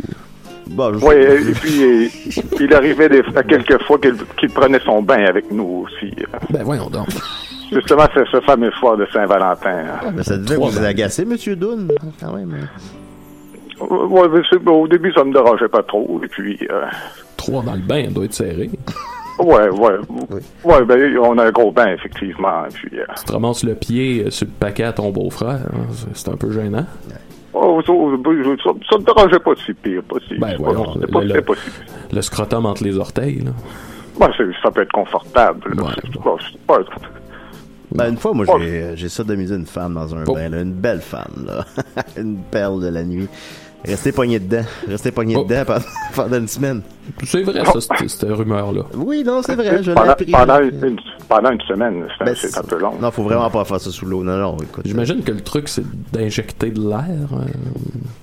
S6: Bon, je-
S10: Oui, et puis euh, il arrivait des, à quelques fois qu'il qu'il prenait son bain avec nous aussi.
S5: Ben, voyons donc.
S10: Justement, c'est ce fameux soir de Saint-Valentin.
S6: Mais ça devait
S10: Trois
S6: vous
S10: balles.
S6: agacer, Monsieur Dunn, quand même.
S10: Ouais, mais c'est- au début, ça me dérangeait pas trop. Et puis, euh,
S5: Trois dans le bain, elle doit être serrée.
S10: ouais, ouais, ouais, ben, on a un gros bain, effectivement. Et puis, euh,
S5: Tu te ramasses le pied euh, sur le paquet à ton beau-frère. hein, c'est- C'est un peu gênant.
S10: oh, ça, ça- ça me dérangeait pas si pire, pas si.
S5: Ben,
S10: c'est
S5: voyons,
S10: pas- c'est
S5: le-
S10: pas-
S5: le-
S10: c'est pas si pire.
S5: Le scrotum entre les orteils, là.
S10: Ouais, c'est- ça peut être confortable. là. C'est- bon, c'est pas-
S6: Ben, une fois, moi, j'ai, euh, j'ai sodomisé une femme dans un bain, là, une belle femme, là. une perle de la nuit. Restez pogné dedans. Restez pogné dedans pendant, pendant une semaine.
S5: C'est vrai, ça, cette, cette rumeur-là.
S6: Oui, non, c'est vrai, je l'ai
S10: pendant,
S6: appris. hein.
S10: pendant une, pendant une semaine, c'est un-
S6: Ben,
S10: c'est un peu long.
S6: Non, faut vraiment pas faire ça sous l'eau. Non, non, écoute.
S5: J'imagine que le truc, c'est d'injecter de l'air. euh,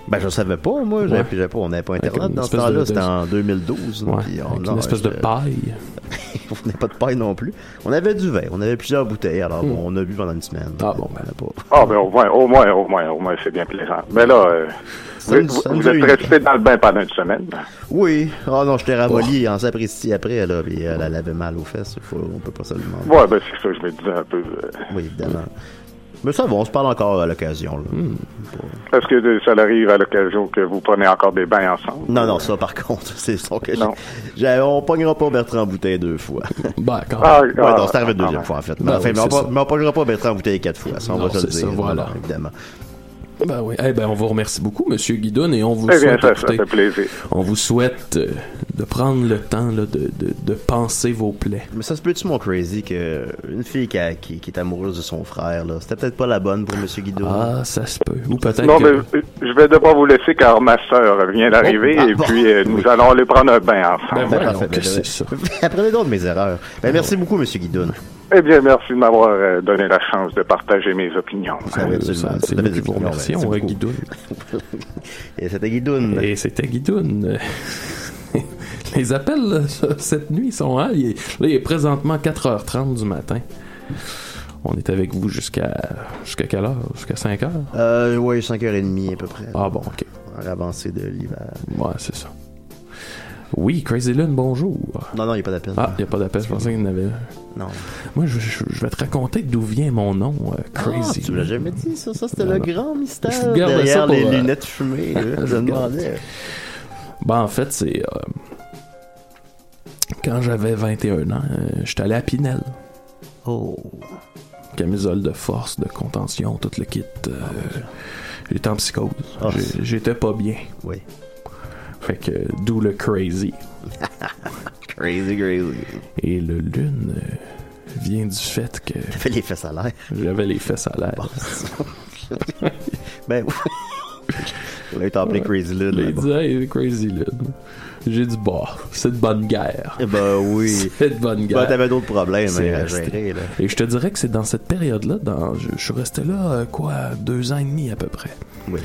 S6: Ben, je savais pas, moi. J'avais,
S5: Ouais.
S6: puis j'avais pas, on n'avait pas
S5: Avec
S6: Internet
S5: une
S6: dans ce
S5: espèce
S6: temps-là.
S5: de-
S6: C'était
S5: de-
S6: en 2012. puis on-
S5: avec
S6: non,
S5: une espèce
S6: je-
S5: de paille.
S6: on venait pas de paille non plus. On avait du vin, on avait plusieurs bouteilles, alors
S5: Hmm.
S6: bon, on a bu pendant une semaine. Ah bon, ben pas.
S10: Ah, ben au moins, au moins, au moins, au moins, c'est bien plaisant. Mais là, euh, vous,
S6: Samedi-
S10: vous-
S6: samedi
S10: vous êtes
S6: unique.
S10: resté dans le bain pendant une semaine.
S6: Oui, ah non, j'étais ramolli
S5: Oh.
S6: en sapristi après, là, puis euh, elle, elle avait mal aux fesses, faut, on peut pas se le demander.
S10: Ouais, ben c'est ça, je me disais un peu. euh,
S6: Oui, évidemment. Mais ça va, on se parle encore à l'occasion, là.
S5: Hmm.
S10: Est-ce que euh, ça arrive à l'occasion que vous prenez encore des bains ensemble?
S6: Non, non, ça par contre, c'est ça que j'ai- j'ai. On pognera pas Bertrand Bouteille deux fois. Ben,
S10: même. Ah,
S6: ouais,
S10: ah,
S6: non, c'est arrivé une
S10: ah,
S6: deuxième
S10: ah.
S6: fois, en fait.
S10: Ben
S6: Mais enfin,
S10: oui,
S6: mais on,
S10: c'est
S6: pas-
S10: ça.
S6: mais on pognera pas Bertrand Bouteille quatre fois, ça, on
S5: Non,
S6: va se le
S5: c'est
S6: dire.
S5: ça, voilà.
S6: non, évidemment.
S5: Ben oui. Eh ben, on vous remercie beaucoup, Monsieur Guidon, et on vous
S10: Eh bien,
S5: souhaite.
S10: ça, ça
S5: écoutez,
S10: fait plaisir.
S5: On vous souhaite euh, de prendre le temps là, de, de, de penser vos plaies.
S6: Mais ça se peut-tu, mon crazy, que une fille qui, a- qui- qui est amoureuse de son frère, là, c'était peut-être pas la bonne pour Monsieur Guido.
S5: Ah, ça se peut. Ou peut-être
S10: Non,
S5: que-
S10: mais euh, je vais devoir vous laisser car ma sœur vient d'arriver
S6: Oh, ah,
S10: et
S6: bon.
S10: puis euh, nous allons aller prendre un bain
S6: Ah,
S5: Ben
S6: ben
S10: ensemble.
S6: Apprenez donc de mes erreurs. Ben, merci beaucoup, Monsieur Ah Guidoun.
S10: Eh bien, merci de m'avoir euh, donné la chance de partager mes opinions.
S5: remercie, on a Guidoun.
S6: Et c'était Guidoun.
S5: Et c'était Guidoun. Les appels là, ce- cette nuit sont. hein, il est- là, il est présentement 4h30 du matin. On est avec vous jusqu'à. Jusqu'à quelle heure Jusqu'à 5h
S6: Euh, ouais, 5h30 à peu près.
S5: Ah bon, ok.
S6: À l'avancée de l'hiver.
S5: Ouais, c'est ça. Oui, Crazy Lune, bonjour.
S6: Non, non, il n'y a pas d'appel.
S5: Ah, il n'y a pas d'appel. Je pensais qu'il y en avait un.
S6: Non.
S5: Moi, je, je- je vais te raconter d'où vient mon nom, euh, Crazy.
S6: Ah, tu me l'as jamais dit, ça. Ça, c'était
S5: Non,
S6: le
S5: non.
S6: grand mystère
S5: Je vous garde
S6: derrière
S5: ça pour,
S6: les
S5: euh,
S6: lunettes fumées. là.
S5: Je
S6: je me
S5: vous garde.
S6: demandais.
S5: Ben, en fait, c'est. euh, quand j'avais 21 ans, euh, j'étais allé à Pinel.
S6: Oh.
S5: Camisole de force, de contention, tout le kit. euh, J'étais en psychose.
S6: Ah,
S5: J'ai-
S6: c'est-
S5: J'étais pas bien.
S6: Oui.
S5: Fait que, d'où le crazy.
S6: crazy, crazy.
S5: Et le lune euh, vient du fait que.
S6: T'avais les fesses à l'air.
S5: J'avais les fesses à l'air.
S6: ben oui. Là, il t'a appelé Crazy Lud.
S5: Il
S6: là-bas.
S5: disait, Hey, Crazy Lud. J'ai dit, bah, c'est de bonne guerre.
S6: Ben oui.
S5: c'est de bonne guerre.
S6: Ben, t'avais d'autres problèmes
S5: C'est
S6: hein, à
S5: resté.
S6: gérer, là.
S5: Et je te dirais que c'est dans cette période-là, dans... je, je suis resté là, euh, quoi, deux ans et demi à peu près.
S6: Oui.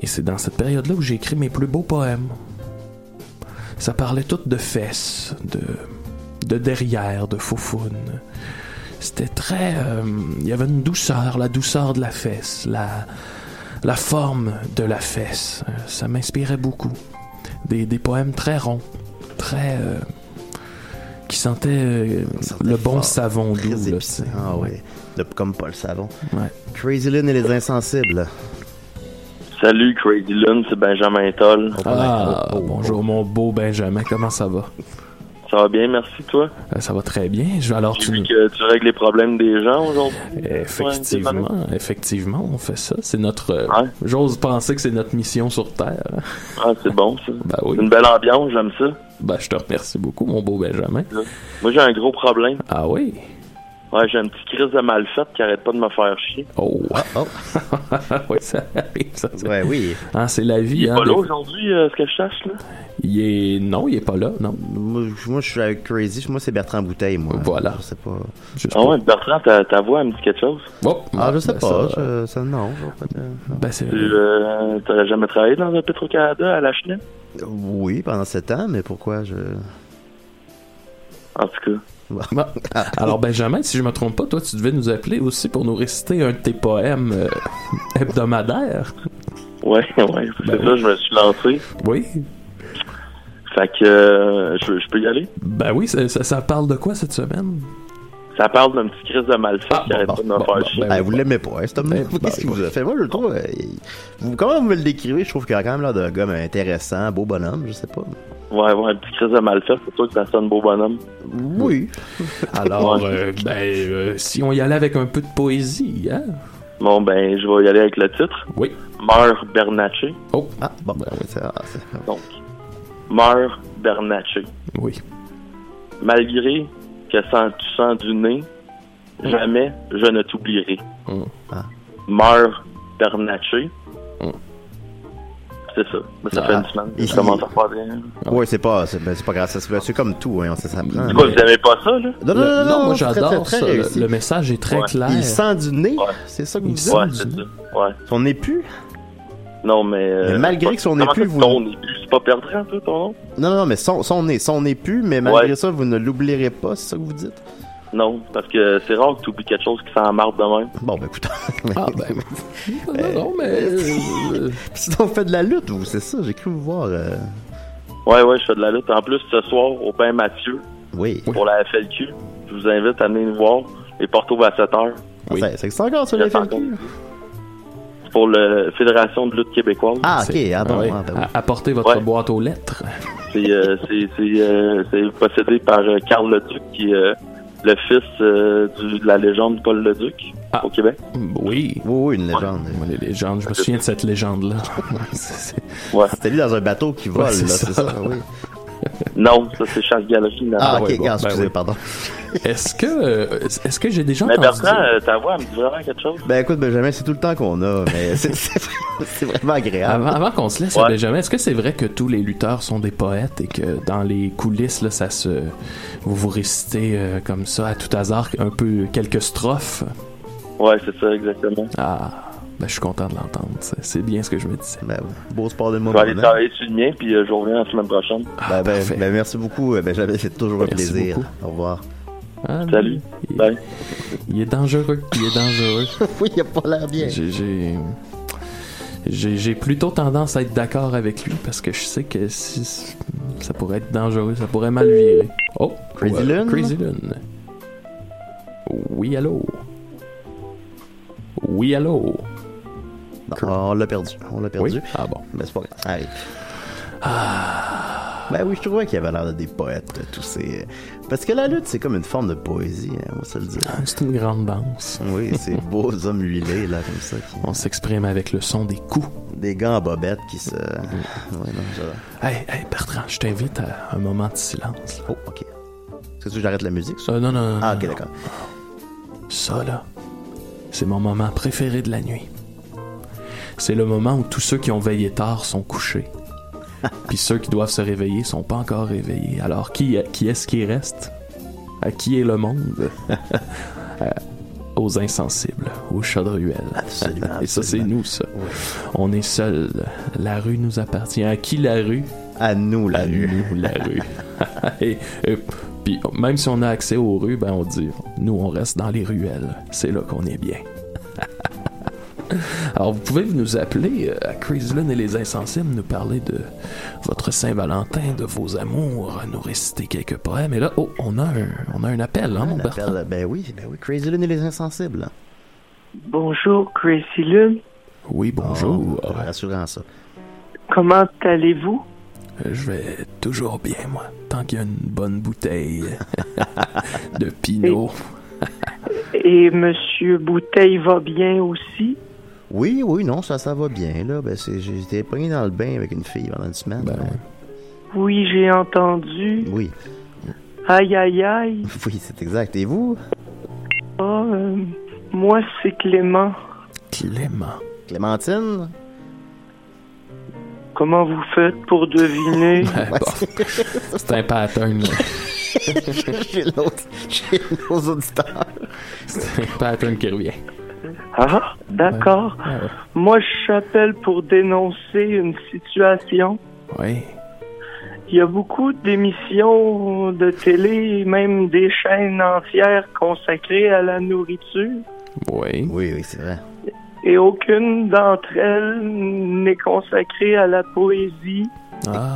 S5: Et c'est dans cette période-là où j'ai écrit mes plus beaux poèmes. Ça parlait tout de fesses, de, de derrière, de foufoune. C'était très. euh, Il y avait une douceur, la douceur de la fesse, la, la forme de la fesse. Euh, Ça m'inspirait beaucoup. Des, des poèmes très ronds, très. euh, qui sentaient euh, le bon
S6: fort,
S5: savon doux.
S6: Très
S5: là,
S6: épicé.
S5: tu sais.
S6: Ah
S5: Ouais.
S6: oui. De- Comme pas le savon.
S5: Ouais.
S6: Crazy Lynn et les insensibles.
S11: Salut Crazy Lune, c'est Benjamin Toll.
S5: Ah, bonjour mon beau Benjamin, comment ça va?
S11: Ça va bien, merci toi.
S5: Euh, Ça va très bien. Je, alors, tu,
S11: Vu que tu règles les problèmes des gens aujourd'hui. Ouais,
S5: Effectivement, effectivement, on fait ça. C'est notre. euh, J'ose penser que c'est notre mission sur Terre.
S11: Ah, c'est bon ça.
S5: Ben oui.
S11: C'est une belle ambiance, j'aime ça.
S5: Ben, je te remercie beaucoup, mon beau Benjamin.
S11: Moi j'ai un gros problème.
S5: Ah oui?
S11: Ouais, j'ai une petite crise de malfaite qui arrête pas de me faire chier.
S5: Oh! oui, ça arrive, ça.
S6: Ah, Ouais, oui.
S5: c'est la vie,
S11: Il est
S5: hein,
S11: pas là
S5: des-
S11: aujourd'hui, euh, ce que je cherche là.
S5: Il est... Non, il est pas là, non.
S6: Moi, je- moi, je suis avec Crazy. Moi, c'est Bertrand Bouteille, moi. Voilà. Je sais pas.
S11: Ah ouais, Bertrand, ta, ta voix, elle me dit quelque chose.
S5: Oh,
S6: ah, je sais
S11: ben,
S6: pas.
S11: ça-
S6: je- ça, non. je vois pas de- non.
S5: Ben,
S11: Tu euh, t'as jamais travaillé dans un Petro-Canada à la chenille?
S6: Oui, pendant sept ans, mais pourquoi je.
S11: En tout
S5: Bon. Alors, Benjamin, si je me trompe pas, toi, tu devais nous appeler aussi pour nous réciter un de tes poèmes euh, hebdomadaires.
S11: Ouais, ouais. C'est
S5: Ben
S11: ça, je me suis lancé.
S5: Oui.
S11: Fait que euh, je, je peux y aller?
S5: Ben oui, ça, ça- ça parle de quoi cette semaine?
S11: Ça parle d'une petite crise de malfaite
S5: Ah,
S11: qui arrête pas de me faire
S5: Ben
S11: chier.
S6: Ah, vous l'aimez pas, hein, cet homme-là? Qu'est-ce qu'il vous a fait? Moi, je le trouve. euh, il- vous- comment vous me le décrivez? Je trouve qu'il a quand même l'air d'un gars mais intéressant, beau bonhomme, je sais pas.
S11: Ouais, ouais, une petite crise de malfaite, c'est toi que ça sonne beau bonhomme.
S6: Oui.
S5: Alors, euh, ben, euh, si on y allait avec un peu de poésie, hein?
S11: Bon, ben, je vais y aller avec le titre.
S5: Oui.
S11: Meurs Bernatchez.
S5: Oh.
S6: Ah, bon, ben oui, ça. ça-
S11: Donc, Meurs Bernatchez.
S5: Oui.
S11: Malgré que sans, tu sens du nez,
S5: Hein?
S11: jamais je ne t'oublierai.
S6: Ah.
S11: Meurs Bernatchez.
S5: Mm.
S11: C'est ça. Ben, Ça fait
S6: Ah.
S11: une semaine.
S6: Et
S11: Je commence
S6: si-
S11: à faire bien.
S5: Ah
S6: Oui, c'est pas, c'est ben, c'est pas grave, ça se- c'est comme tout, hein, ça s'apprend.
S11: Pourquoi vous aimez pas ça, là?
S6: Non, non, non, non,
S5: moi
S6: c'est très,
S5: j'adore
S6: très,
S5: ça.
S6: très réussi.
S5: Le message est très
S11: Ouais.
S5: clair.
S6: Il sent du nez, c'est ça que vous
S5: Il
S6: dites?
S5: sent du
S11: Ouais.
S6: Son épu?
S11: Non, mais. euh,
S6: Mais malgré que son
S11: comment
S6: épu,
S11: ça,
S6: vous-
S11: Ton épu, c'est C'est pas perdre un peu ton nom?
S6: Non, non, mais son, son nez, son nez pue, mais malgré ça, vous ne l'oublierez pas, c'est ça que vous dites?
S11: Non, parce que c'est rare que tu oublies quelque chose qui s'en marre de même.
S6: Bon, ben écoute.
S11: Ah,
S6: ben.
S5: Non, non, mais. euh,
S6: Sinon, vous faites de la lutte, vous, c'est ça, j'ai cru vous voir. euh.
S11: Ouais, ouais, je fais de la lutte. En plus, ce soir, au Pain Mathieu,
S6: Oui.
S11: pour la FLQ, je vous invite à venir nous voir. Les portes ouvrent à 7 heures.
S6: C'est- C'est c'est encore sur les
S11: J'attends
S6: FLQ?
S11: C'est pour la Fédération de lutte québécoise.
S6: Ah, ok, ah bon,
S11: ouais.
S6: ah, ben oui.
S5: Apportez votre boîte aux lettres.
S11: C'est euh, c'est- c'est, euh, c'est possédé par euh, Carl Leduc, qui est euh, le fils euh, du- de la légende Paul Leduc
S5: Ah.
S11: au Québec.
S5: Oui.
S6: Oui, oui, une légende.
S5: les légendes, je me souviens de cette légende-là. C'est- c'est-
S6: C'était lui dans un bateau qui vole,
S5: Ouais, c'est
S6: là,
S5: ça.
S6: c'est ça, oui.
S11: Non, ça c'est Charles Galerie.
S6: Ah, ok,
S5: ouais, bon,
S6: gars,
S5: ben
S6: excusez,
S5: oui.
S6: pardon.
S5: Est-ce que, euh, est-ce que j'ai déjà
S11: Mais
S5: entendu
S11: Bertrand,
S5: dire-
S11: euh, ta voix, elle me dit vraiment quelque chose?
S6: Ben écoute, Benjamin, c'est tout le temps qu'on a, mais c'est- c'est c'est vraiment agréable.
S5: Avant, avant qu'on se laisse, Benjamin, est-ce que c'est vrai que tous les lutteurs sont des poètes et que dans les coulisses, là, ça se, vous vous récitez euh, comme ça à tout hasard un peu quelques strophes
S11: Ouais, c'est ça, exactement.
S5: Ah, ben, je suis content de l'entendre. C'est c'est bien ce que je me disais.
S6: Ben beau sport de hein.
S11: Je
S6: moi.
S11: vais aller
S6: maintenant.
S11: travailler sur le mien, puis euh, je reviens la semaine prochaine.
S5: Ah,
S6: Ben, ben, ben, merci beaucoup, euh, Benjamin, c'est toujours un
S5: Merci
S6: plaisir.
S5: beaucoup.
S6: Au revoir.
S11: Salut.
S5: Il, il est dangereux. Il est dangereux.
S6: oui, il a pas l'air Ah, bien.
S5: J'ai- J'ai. J'ai j'ai plutôt tendance à être d'accord avec lui parce que je sais que si ça pourrait être dangereux, ça pourrait mal virer. Oh,
S6: Crazy
S5: euh,
S6: Lune?
S5: Crazy Lune. Oui, allô. Oui, allô.
S6: Non, on l'a perdu. On l'a perdu.
S5: Oui? Ah bon. Ah.
S6: Mais c'est pas grave. ça arrive. Ben oui, je trouvais qu'il y avait l'air de des poètes, euh, tous ces. Parce que la lutte, c'est comme une forme de poésie, hein, on va se le dire.
S5: Ah, C'est une grande danse.
S6: Oui, ces beaux hommes huilés, là, comme ça.
S5: On s'exprime avec le son des coups. Mm.
S6: Des gants à bobettes qui se. Ouais, non, j'adore.
S5: Hey, hey, Bertrand, je t'invite à euh, un moment de silence.
S6: Oh, ok. Est-ce que tu veux que j'arrête la musique, ça?
S5: Euh, non, non, non.
S6: Ah, ok, d'accord.
S5: Ça, là, c'est mon moment préféré de la nuit. C'est le moment où tous ceux qui ont veillé tard sont couchés. Puis ceux qui doivent se réveiller sont pas encore réveillés. Alors, qui, qui est-ce qui reste À qui est le monde Euh, Aux insensibles, aux chaudruels.
S6: Absolument,
S5: Et ça, c'est nous, ça. On est seuls. La rue nous appartient. À qui la rue
S6: À nous, la
S5: rue. la rue. et, et- puis, même si on a accès aux rues, ben on dit, nous, on reste dans les ruelles. C'est là qu'on est bien. Alors, vous pouvez nous appeler euh, à Crazy Lune et les Insensibles, nous parler de votre Saint-Valentin, de vos amours, nous réciter quelques poèmes. Et là, oh, on a un, on a un appel, hein, mon
S6: Un
S5: Bertrand?
S6: appel, ben oui, ben oui, Crazy Lune et les Insensibles. hein.
S12: Bonjour, Crazy Lune.
S5: Oui, bonjour.
S6: Oh, rassurant, ça.
S12: Comment allez-vous?
S5: Euh, Je vais toujours bien, moi, tant qu'il y a une bonne bouteille de Pinot.
S12: Et Monsieur Bouteille va bien aussi?
S6: Oui, oui, non, ça, ça va bien, là. Ben, c'est- j'ai- j'étais pogné dans le bain avec une fille pendant une semaine.
S5: Ben
S6: mais-
S12: Oui, j'ai entendu.
S6: Oui,
S12: Aïe, aïe, aïe.
S6: oui, c'est exact. Et vous?
S12: Ah, euh, moi, c'est Clément.
S5: Clément.
S6: Clémentine?
S12: Comment vous faites pour deviner?
S5: Ben, C'est un pattern, là.
S6: Chez l'autre- chez nos auditeurs.
S5: C'est un pattern qui revient.
S12: Ah, d'accord. Moi, je s'appelle pour dénoncer une situation.
S5: Oui.
S12: Il y a beaucoup d'émissions de télé, même des chaînes entières consacrées à la nourriture,
S5: Oui.
S6: Oui, oui, c'est vrai.
S12: et aucune d'entre elles n'est consacrée à la poésie.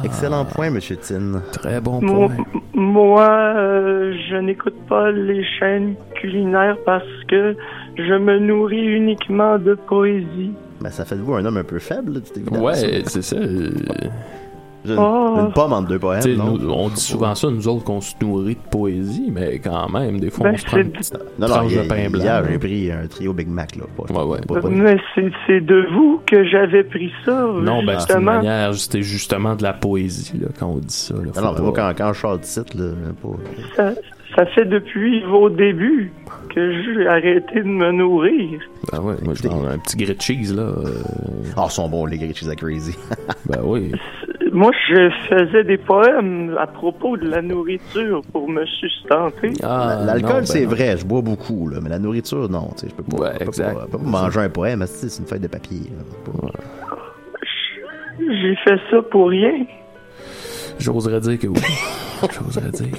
S6: Excellent point, Monsieur Tin.
S5: Ah. Très bon
S12: Moi, moi, euh, je n'écoute pas les chaînes culinaires parce que je me nourris uniquement de poésie.
S6: Ben, ça fait de vous un homme un peu faible, là, c'est évident.
S5: Ouais,
S6: ça.
S5: c'est ça. euh,
S6: J'ai une,
S12: Oh.
S6: une pomme entre deux
S5: tu sais,
S6: poèmes, non?
S5: nous- on dit souvent ça, nous autres, qu'on se nourrit de poésie, mais quand même, des fois,
S12: Ben,
S5: on se prend une
S12: c'est-
S5: petite
S6: Non, non,
S5: tranche de
S6: hier,
S5: pain blanc.
S6: hier, j'ai pris un trio Big Mac, là. Pas,
S5: ouais, ouais.
S6: pas- pas-
S12: Mais c'est- c'est de vous que j'avais pris ça,
S5: Non, ben, c'est une
S12: justement.
S5: manière, c'était justement de la poésie, là, quand on dit ça. là. Faut
S6: Non, non, mais moi,
S5: pas-
S6: quand, quand je sors de site, là, pas...
S12: Ça, ça fait depuis vos débuts que j'ai arrêté de me nourrir.
S5: Ben ouais, moi, je prends un petit gris de cheese, là. euh,
S6: Ah, ils sont bons, les grilled cheese à crazy.
S5: Ben oui.
S12: Moi, je faisais des poèmes à propos de la nourriture pour me sustenter.
S5: Ah,
S6: L'alcool,
S5: non, ben
S6: c'est
S5: non.
S6: vrai, je bois beaucoup, là, mais la nourriture, non. tu sais, Je peux pas,
S5: Ouais,
S6: je peux pas-
S5: exact.
S6: je peux pas manger un poème, asti, c'est une feuille de papier. là.
S12: J'ai fait ça pour rien.
S5: J'oserais dire que oui. J'oserais dire.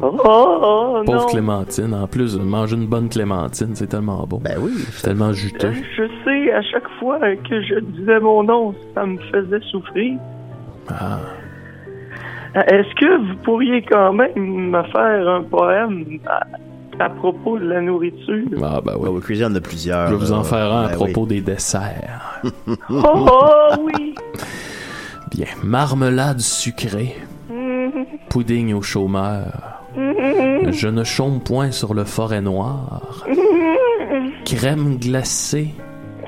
S12: Oh, oh,
S5: Pauvre
S12: non.
S5: clémentine. En plus, manger une bonne clémentine, c'est tellement bon. Ben oui. C'est tellement juteux.
S12: Je sais, à chaque fois que je disais mon nom, ça me faisait souffrir.
S5: Ah.
S12: Euh, Est-ce que vous pourriez quand même me faire un poème à, à propos de la nourriture?
S5: Ah, ben oui.
S6: Au cuisine, il y en a plusieurs.
S5: Je vais vous
S6: là.
S5: en faire un à
S6: Ben
S5: propos
S6: oui.
S5: des desserts.
S12: Oh, oh oui!
S5: Bien. Marmelade sucrée,
S12: Mhm,
S5: pudding au chômeur.
S12: mhm,
S5: Je ne chôme point sur le forêt noir.
S12: mhm.
S5: Crème glacée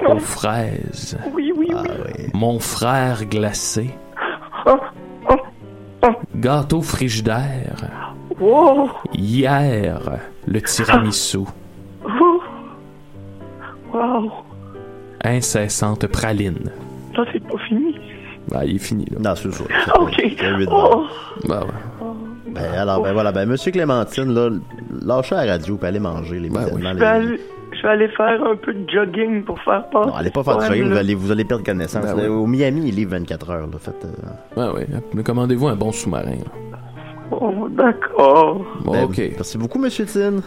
S5: aux fraises.
S12: Oui, oui, oui.
S5: Mon frère glacé. Gâteau frigidaire.
S6: Ah.
S12: Wow!
S5: Hier, le tiramisu.
S12: Oh. Wow!
S5: Incessante praline.
S12: Là, c'est pas fini.
S5: Ah, il est fini, là.
S6: Non, c'est ça.
S12: OK. Oh.
S5: Ben, ouais.
S6: Ben, alors, ben voilà, ben, Monsieur Clémentine, là, lâchez la radio puis allez manger les
S5: Ben
S12: Je
S6: médicaments,
S12: vais,
S6: les-
S12: aller, je vais aller faire un peu de jogging pour faire passer.
S6: Non, allez pas faire du jogging, vous allez, vous allez perdre connaissance.
S5: Ben
S6: là.
S5: oui.
S6: Au Miami, il est 24 heures, là, faites... euh,
S5: Ouais, ouais. Mais commandez-vous un bon sous-marin, là.
S12: Oh, d'accord.
S6: ben,
S5: ok.
S6: Merci beaucoup, Monsieur Tin.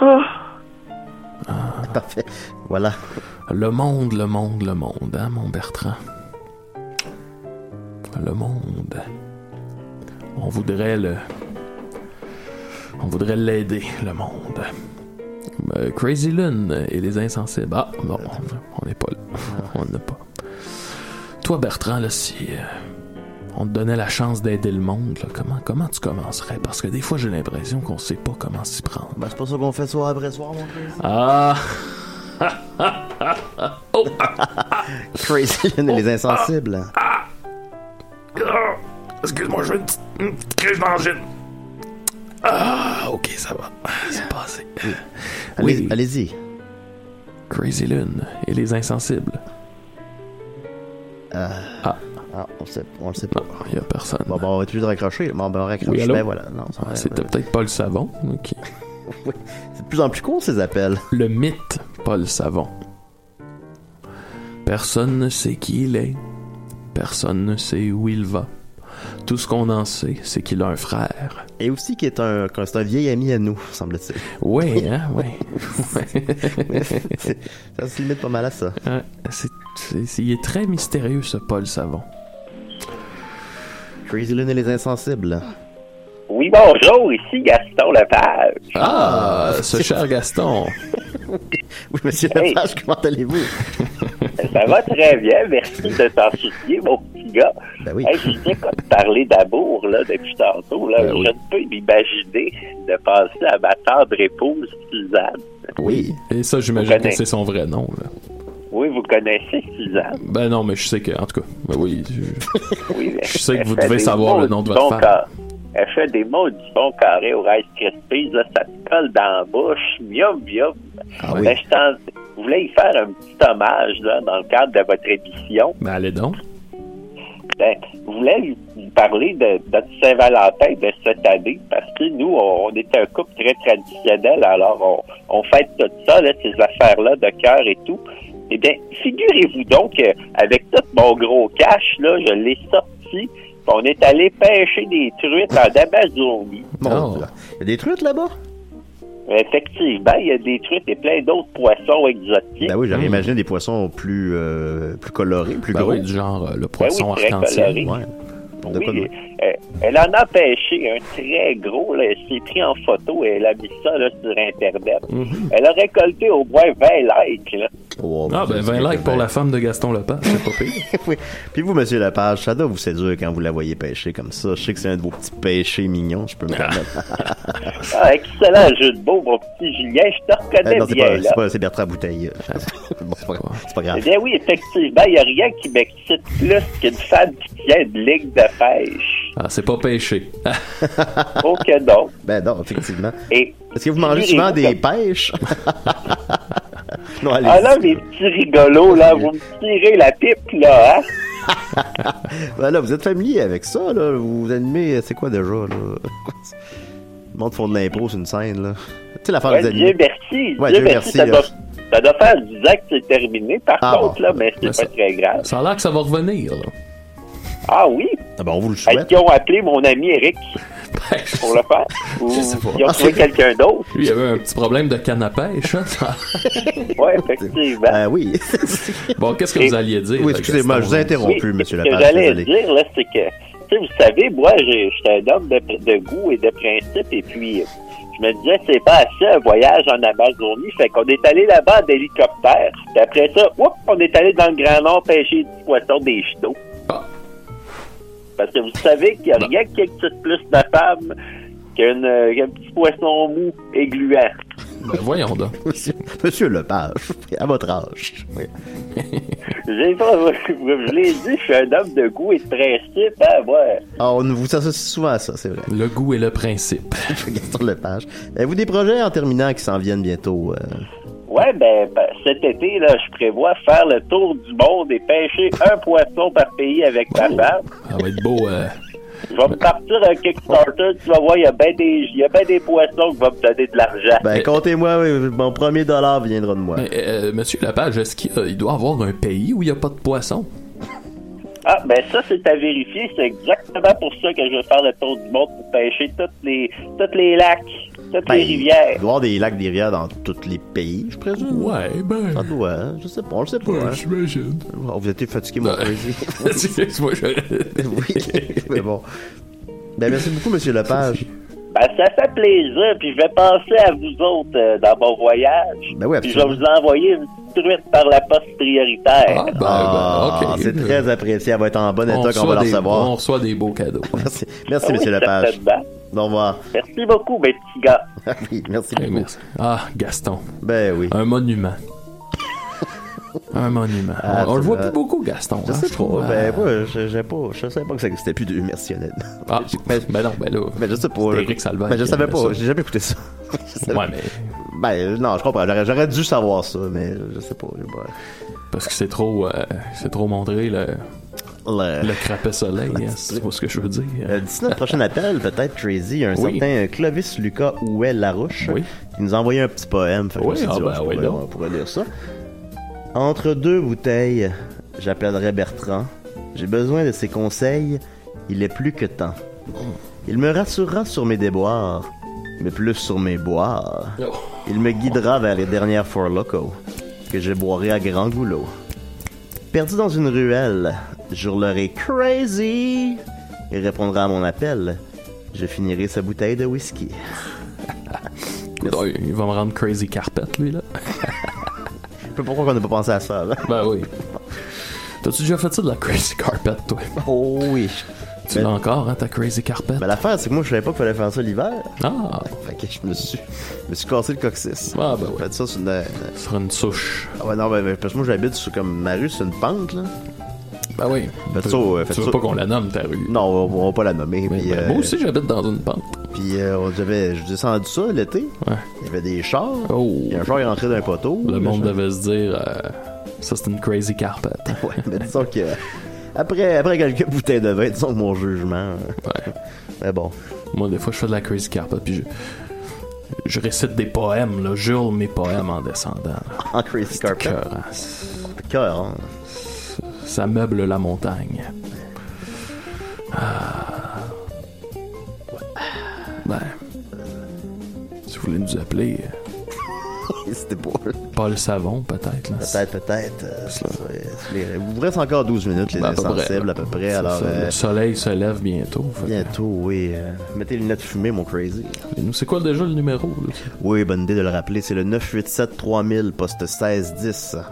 S12: Ah,
S6: Parfait. Voilà.
S5: Ah. Le monde, le monde, le monde, hein, mon Bertrand. Le monde. On voudrait le. On voudrait l'aider, le monde. Euh, Crazy Lune et les insensibles. Ah, bon, on n'est pas là. on n'est pas. Toi, Bertrand, là, si euh, on te donnait la chance d'aider le monde, là, comment, comment tu commencerais? Parce que des fois, j'ai l'impression qu'on sait pas comment s'y prendre.
S6: Ben, c'est pas ça qu'on fait soir après soir, mon Chris.
S5: Ah! oh!
S6: Crazy, Lynn et
S5: ah.
S6: les insensibles.
S5: Excuse-moi, je veux une petite, une petite crise d'angine. Ah, ok, ça va. C'est passé.
S6: Allez- Allez-y.
S5: Crazy Lune et les insensibles.
S6: Euh,
S5: Ah.
S6: on, sait, on le sait pas.
S5: Il y a personne.
S6: Bon, ben, on va être obligé de raccrocher. Bon, ben, on raccroche.
S5: Oui, allô? Ah,
S6: Ben, voilà. Non, ça va,
S5: C'était
S6: ben,
S5: peut-être pas le savon. Ok.
S6: oui. C'est de plus en plus court, ces appels.
S5: Le mythe, pas le savon. Personne ne sait qui il est. Personne ne sait où il va. Tout ce qu'on en sait, c'est qu'il a un frère.
S6: Et aussi qui est un, que c'est un vieil ami à nous, semble-t-il.
S5: Oui, hein, oui.
S6: C'est- ça se limite pas mal à ça.
S5: Ouais, c'est- c'est- c'est- il est très mystérieux, ce Paul Savon.
S6: Crazy Lune et les insensibles.
S13: Oui, bonjour, ici Gaston Lepage.
S5: Ah, ce cher Gaston.
S6: Oui, monsieur Lepage, comment allez-vous?
S13: Ça va très bien, merci de t'en soucier, mon petit gars.
S6: Ben oui.
S13: Hey, je viens comme parler d'amour là, depuis tantôt. Là.
S6: Ben oui.
S13: Je ne peux m'imaginer de penser à ma tendre épouse, Suzanne.
S5: Oui. Et ça,
S13: Vous
S5: j'imagine que
S13: connaissez.
S5: c'est son vrai nom. Là.
S13: Oui, vous connaissez Suzanne.
S5: Ben non, mais je sais que, en tout cas, ben oui. je-
S13: Oui, mais
S5: Je sais que
S13: elle
S5: vous
S13: fait
S5: devez
S13: des
S5: savoir
S13: mots
S5: le nom de
S13: du
S5: votre
S13: bon
S5: femme.
S13: car- Elle fait des mots du bon carré au Rice Krispies, là, ça te colle dans la bouche, miam, miam.
S6: Ah
S5: oui.
S13: Ben, je t'en- je voulais y faire un petit hommage là, dans le cadre de votre émission.
S5: Ben allez donc.
S13: Ben, je voulais vous parler de de notre Saint-Valentin de cette année parce que nous, on, on est un couple très traditionnel, alors on, on fête tout ça, là, ces affaires-là de cœur et tout. Eh bien, figurez-vous donc que avec tout mon gros cash, là, je l'ai sorti. puis On est allé pêcher des truites en Amazonie.
S6: Bon, Il y a des truites là-bas?
S13: Effectivement, il y a des truites et plein d'autres poissons exotiques.
S6: Ben oui, j'avais imaginé des poissons plus, euh, plus colorés, plus
S5: Hmm. Ben
S6: gros.
S5: oui, du genre euh, le
S13: Ben oui,
S5: poisson
S13: très
S5: arc-en-ciel.
S13: coloré.
S5: Ouais.
S6: De quoi de-
S13: Oui, euh, elle en a pêché un très gros. Là, elle s'est pris en photo et elle a mis ça là, sur Internet.
S5: Mhm.
S13: Elle a récolté au moins 20 likes. là.
S6: Oh,
S5: Ah, ben
S6: c'est-
S5: 20 likes pour
S6: ben-
S5: la femme de Gaston Lepage, c'est pas pire.
S6: oui. Puis vous, monsieur Lepage, ça doit vous séduire quand vous la voyez pêcher comme ça. Je sais que c'est un de vos petits péchés mignons, je peux me permettre.
S13: Ah, excellent jeu de mots, mon petit Julien. Je te
S6: Eh,
S13: reconnais
S6: non, c'est
S13: bien.
S6: pas,
S13: là.
S6: c'est pas- c'est Bertrand Bouteille.
S5: Ah,
S6: Bon, c'est pas, c'est pas
S13: Eh
S6: grave.
S13: bien oui, effectivement, il n'y a rien qui m'excite plus qu'une femme qui tient une ligne de pêche.
S5: Ah, c'est pas péché.
S13: Oh que non.
S6: Ben non, effectivement.
S13: Et
S6: Est-ce que vous mangez
S13: figurez-vous
S6: souvent des
S13: que-
S6: pêches? non, allez
S13: Ah là, mes petits rigolos, là, vous me tirez la pipe, là, hein?
S6: Ben là, vous êtes familier avec ça, là. Vous vous animez, c'est quoi déjà, là? Le monde font de l'impro sur une scène, là. Tu sais, l'affaire
S13: Ouais,
S6: des
S13: Dieu
S6: animés.
S13: merci.
S6: Ouais,
S13: Dieu
S6: Dieu
S13: merci.
S6: merci,
S13: ça,
S6: là.
S13: doit, ça doit faire 10 ans que c'est terminé, par
S6: Ah,
S13: contre, là, mais c'est pas très grave.
S5: Ça a l'air que ça va revenir, là.
S13: Ah oui?
S6: Ah ben, on vous le
S13: Est-ce
S6: souhaite.
S13: qu'ils ont appelé mon ami Eric pour le faire? Ou
S5: Je sais Ben, pas.
S13: ils ont trouvé quelqu'un d'autre?
S5: Lui, il avait un petit problème de canne à pêche. hein.
S13: Oui, effectivement.
S6: Ah oui.
S5: bon, qu'est-ce que vous alliez dire?
S6: Oui, excusez-moi, je vous ai interrompu,
S13: Oui,
S6: monsieur
S13: Ce que
S6: Lapage.
S13: j'allais
S6: désolé.
S13: dire, là, c'est que, tu sais, vous savez, moi, j'ai- j'étais un homme de, de goût et de principe, et puis euh, je me disais, c'est pas assez un voyage en Amazonie, fait qu'on est allé là-bas en hélicoptère, puis après ça, oups, on est allé dans le Grand Nord pêcher du poisson des chinois.
S6: Ah,
S13: Parce que vous savez qu'il n'y a rien qui excite plus la femme qu'un euh, qu'un petit poisson mou et gluant.
S5: Ben, voyons donc.
S6: Monsieur, monsieur Lepage, à votre âge. Oui.
S13: J'ai pas, je l'ai dit, je suis un homme de goût et de principe, hein, moi.
S6: Ah, on vous associe souvent à ça, c'est vrai.
S5: Le goût et le principe.
S6: Gaston Lepage. Avez-vous des projets en terminant qui s'en viennent bientôt? euh?
S13: Ouais, ben, ben, cet été, là, je prévois faire le tour du monde et pêcher un poisson par pays avec ma femme.
S5: Ça va être beau. euh,
S13: Je vais me partir un Kickstarter, tu vas voir, il y a bien des, il y a ben des poissons qui vont me donner de l'argent.
S6: Ben, comptez-moi, oui, mon premier dollar viendra de moi.
S5: euh, Mais, euh, monsieur Lapage, est-ce qu'il y a- il doit avoir un pays où il n'y a pas de poisson?
S13: Ah, ben ça, c'est à vérifier. C'est exactement pour ça que je vais faire le tour du monde pour pêcher toutes les, toutes les lacs, toutes
S6: Ben,
S13: les rivières.
S6: Il doit y avoir des lacs, des rivières dans tous les pays, je présume.
S5: Ouais, ben.
S6: Ça doit, hein? je sais pas, on le sait pas.
S5: Ouais,
S6: hein.
S5: j'imagine. Ah.
S6: Oh, vous êtes fatigué, mon poésie.
S5: Excuse-moi, je-
S6: oui, mais bon. Ben, merci beaucoup, monsieur Lepage.
S13: Ben, ça fait plaisir, puis je vais penser à vous autres euh, dans mon voyage.
S6: Ben oui,
S13: Puis je vais
S6: absolument.
S13: vous envoyer une truite par la poste prioritaire.
S6: Ah,
S5: ben, ok.
S6: C'est très apprécié. Elle va être en bon état quand on va la
S5: des,
S6: recevoir.
S5: on reçoit des beaux cadeaux.
S6: Merci,
S13: Ah
S6: merci
S13: oui,
S6: monsieur Lepage.
S13: certainement.
S6: Au revoir.
S13: Merci beaucoup, mes petits gars.
S6: Ah oui, merci beaucoup.
S5: Ah, Gaston.
S6: Ben oui.
S5: Un monument. un monument.
S6: Ah,
S5: on on le voit plus
S6: absolument.
S5: beaucoup, Gaston.
S6: Je
S5: hein,
S6: sais
S5: trouve,
S6: pas. Ben,
S5: hein.
S6: moi, je, je, pas, je savais pas que ça existait plus de merci, honnêtement.
S5: Ah, ben, non, ben là.
S6: Ben, je sais pas.
S5: C'était
S6: là.
S5: Éric Salvaire
S6: Ben, je
S5: qui
S6: savais
S5: avait
S6: pas.
S5: ça.
S6: J'ai jamais écouté ça. Je savais-
S5: Ouais, mais
S6: Ben, non, je comprends. J'aurais, j'aurais dû savoir ça, mais je sais pas. j'ai pas-
S5: parce que c'est trop, euh, c'est trop montré le,
S6: Le-
S5: le crapet soleil. hein, c'est pas ce que je veux dire.
S6: Euh, D'ici notre prochain appel, peut-être, Tracy, il y a un
S5: Oui.
S6: certain Clovis Lucas Ouel Larouche qui nous a envoyé un petit poème. Fait que
S5: Oui,
S6: je me suis
S5: ah
S6: dit,
S5: ben
S6: je
S5: oui,
S6: pourrais-
S5: donc.
S6: on pourrait lire ça. Entre deux bouteilles, j'appellerai Bertrand. J'ai besoin de ses conseils. Il est plus que temps. Il me rassurera sur mes déboires, mais plus sur mes boires.
S5: Oh.
S6: Il me guidera vers les dernières Four Locos que je boirai à grand goulot. Perdu dans une ruelle, j'hurlerai crazy et répondra à mon appel. Je finirai sa bouteille de whisky.
S5: Coudonc, il va me rendre crazy carpet lui là.
S6: Je sais pas pourquoi on n'a pas pensé à ça. Là.
S5: Ben oui. T'as-tu déjà fait ça de la crazy carpet toi?
S6: Oh oui.
S5: Tu l'as encore hein, ta crazy carpet?
S6: Ben, l'affaire, c'est que moi, je savais pas qu'il fallait faire ça l'hiver.
S5: Ah.
S6: Fait que je me suis, je me suis cassé le coccyx.
S5: Ah, ben
S6: J'ai Fait ça sur une, une-
S5: Sur une souche.
S6: Ah, ouais, non, ben, ben, parce que moi, j'habite sur comme ma rue, c'est une pente, là.
S5: Ben oui.
S6: Faites
S5: Tu-
S6: ça, euh,
S5: tu
S6: faites
S5: veux
S6: ça.
S5: pas qu'on la nomme ta rue?
S6: Non, on, va- on va pas la nommer. puis,
S5: Ben,
S6: euh,
S5: Moi aussi j'habite dans une pente.
S6: Puis euh, on- j'avais j'ai descendu ça l'été. Il y avait des chars. Puis un char est rentré d'un poteau.
S5: Oh. Le monde
S6: char-
S5: devait se dire euh, ça c'est une crazy carpet.
S6: Ouais, mais disons que. Après, après quelques bouteilles de vin, disons que mon jugement. euh, Mais bon.
S5: Moi des fois je fais de la crazy carpet puis je je récite des poèmes là, jure mes poèmes en descendant. là.
S6: En crazy carpet.
S5: cœur, hein.
S6: Cœur, hein.
S5: Ça meuble la montagne. Ah. Ben, si vous voulez nous appeler.
S6: C'était beau.
S5: Paul Savon, peut-être. là.
S6: Peut-être, peut-être. euh, ça, euh, Il vous reste encore 12 minutes, les
S5: Ben, à peu près,
S6: insensibles,
S5: là.
S6: à peu près.
S5: C'est
S6: alors,
S5: ça,
S6: euh,
S5: Le soleil se lève bientôt.
S6: bientôt, oui. euh, mettez les lunettes fumées, mon crazy.
S5: Nous, c'est quoi déjà le numéro? là?
S6: Oui, bonne idée de le rappeler. C'est le 987-3000, poste 1610. 987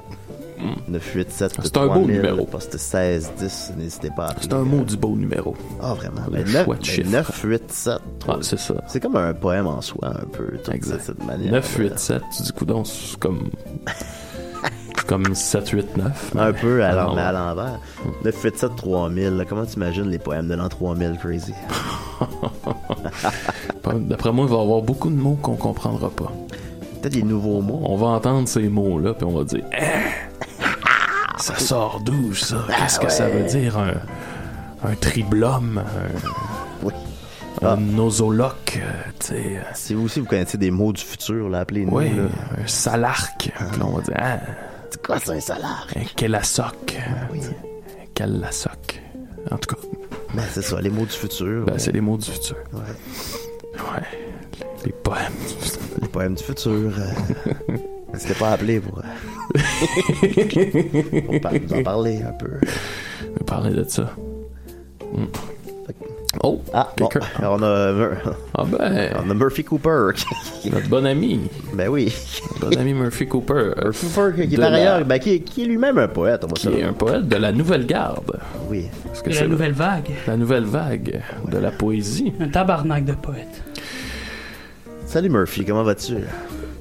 S5: Hmm. Ah, C'est un beau
S6: 3000,
S5: numéro.
S6: Poste 1610, n'hésitez pas à euh.
S5: C'est un mot du beau numéro.
S6: Ah, vraiment.
S5: Le
S6: Ben, neuf-
S5: choix de
S6: ben,
S5: chiffre.
S6: 987.
S5: Ah, c'est ça.
S6: C'est comme un poème en soi, un peu, tout de cette manière.
S5: 987, tu dis coudon, c'est comme. comme 789.
S6: Un peu à l'en-
S5: Ah,
S6: mais à l'envers. 987 3000, là, comment t'imagines les poèmes de l'an 3000, Crazy?
S5: D'après moi, il va y avoir beaucoup de mots qu'on comprendra pas.
S6: Peut-être des nouveaux mots.
S5: On va entendre ces mots-là, puis on va dire Ah, Ça sort d'où, ça Qu'est-ce que ça
S6: Ah, ouais.
S5: veut dire Un, un triblum un-
S6: Oui. Ah.
S5: Un nosoloque, euh, tu sais. euh,
S6: Si vous aussi vous connaissez des mots du futur, là, appelez-nous.
S5: Oui,
S6: là.
S5: un salarc. Puis là, on va dire Ah,
S6: C'est quoi, c'est un salaire? Ben
S5: un kellasoc. euh, tu sais, Un callasoc. En tout cas,
S6: Ben, c'est ça, les mots du futur.
S5: Ben, c'est les mots du futur.
S6: Ouais.
S5: Ouais. Les poèmes du futur.
S6: Les poèmes du futur. euh, C'était pas appelé pour. euh, pour par- nous en parler un peu.
S5: On va parler de ça. Hmm. Oh!
S6: Ah, bon,
S5: Quelqu'un-
S6: on a, Mur-
S5: Ah ben.
S6: on a Murphy Cooper.
S5: Notre bon ami.
S6: Ben oui.
S5: Notre bon ami Murphy Cooper. euh,
S6: Murphy Cooper, qui est
S5: de
S6: par
S5: la-
S6: ailleurs, ben, qui, est- qui est lui-même un poète. On va
S5: qui
S6: se le-
S5: est un poète de la Nouvelle Garde.
S6: Oui.
S5: Parce
S14: De la
S5: c'est-
S14: nouvelle vague.
S5: La nouvelle vague de la poésie.
S14: Un tabarnak de poète.
S6: Salut Murphy, comment vas-tu?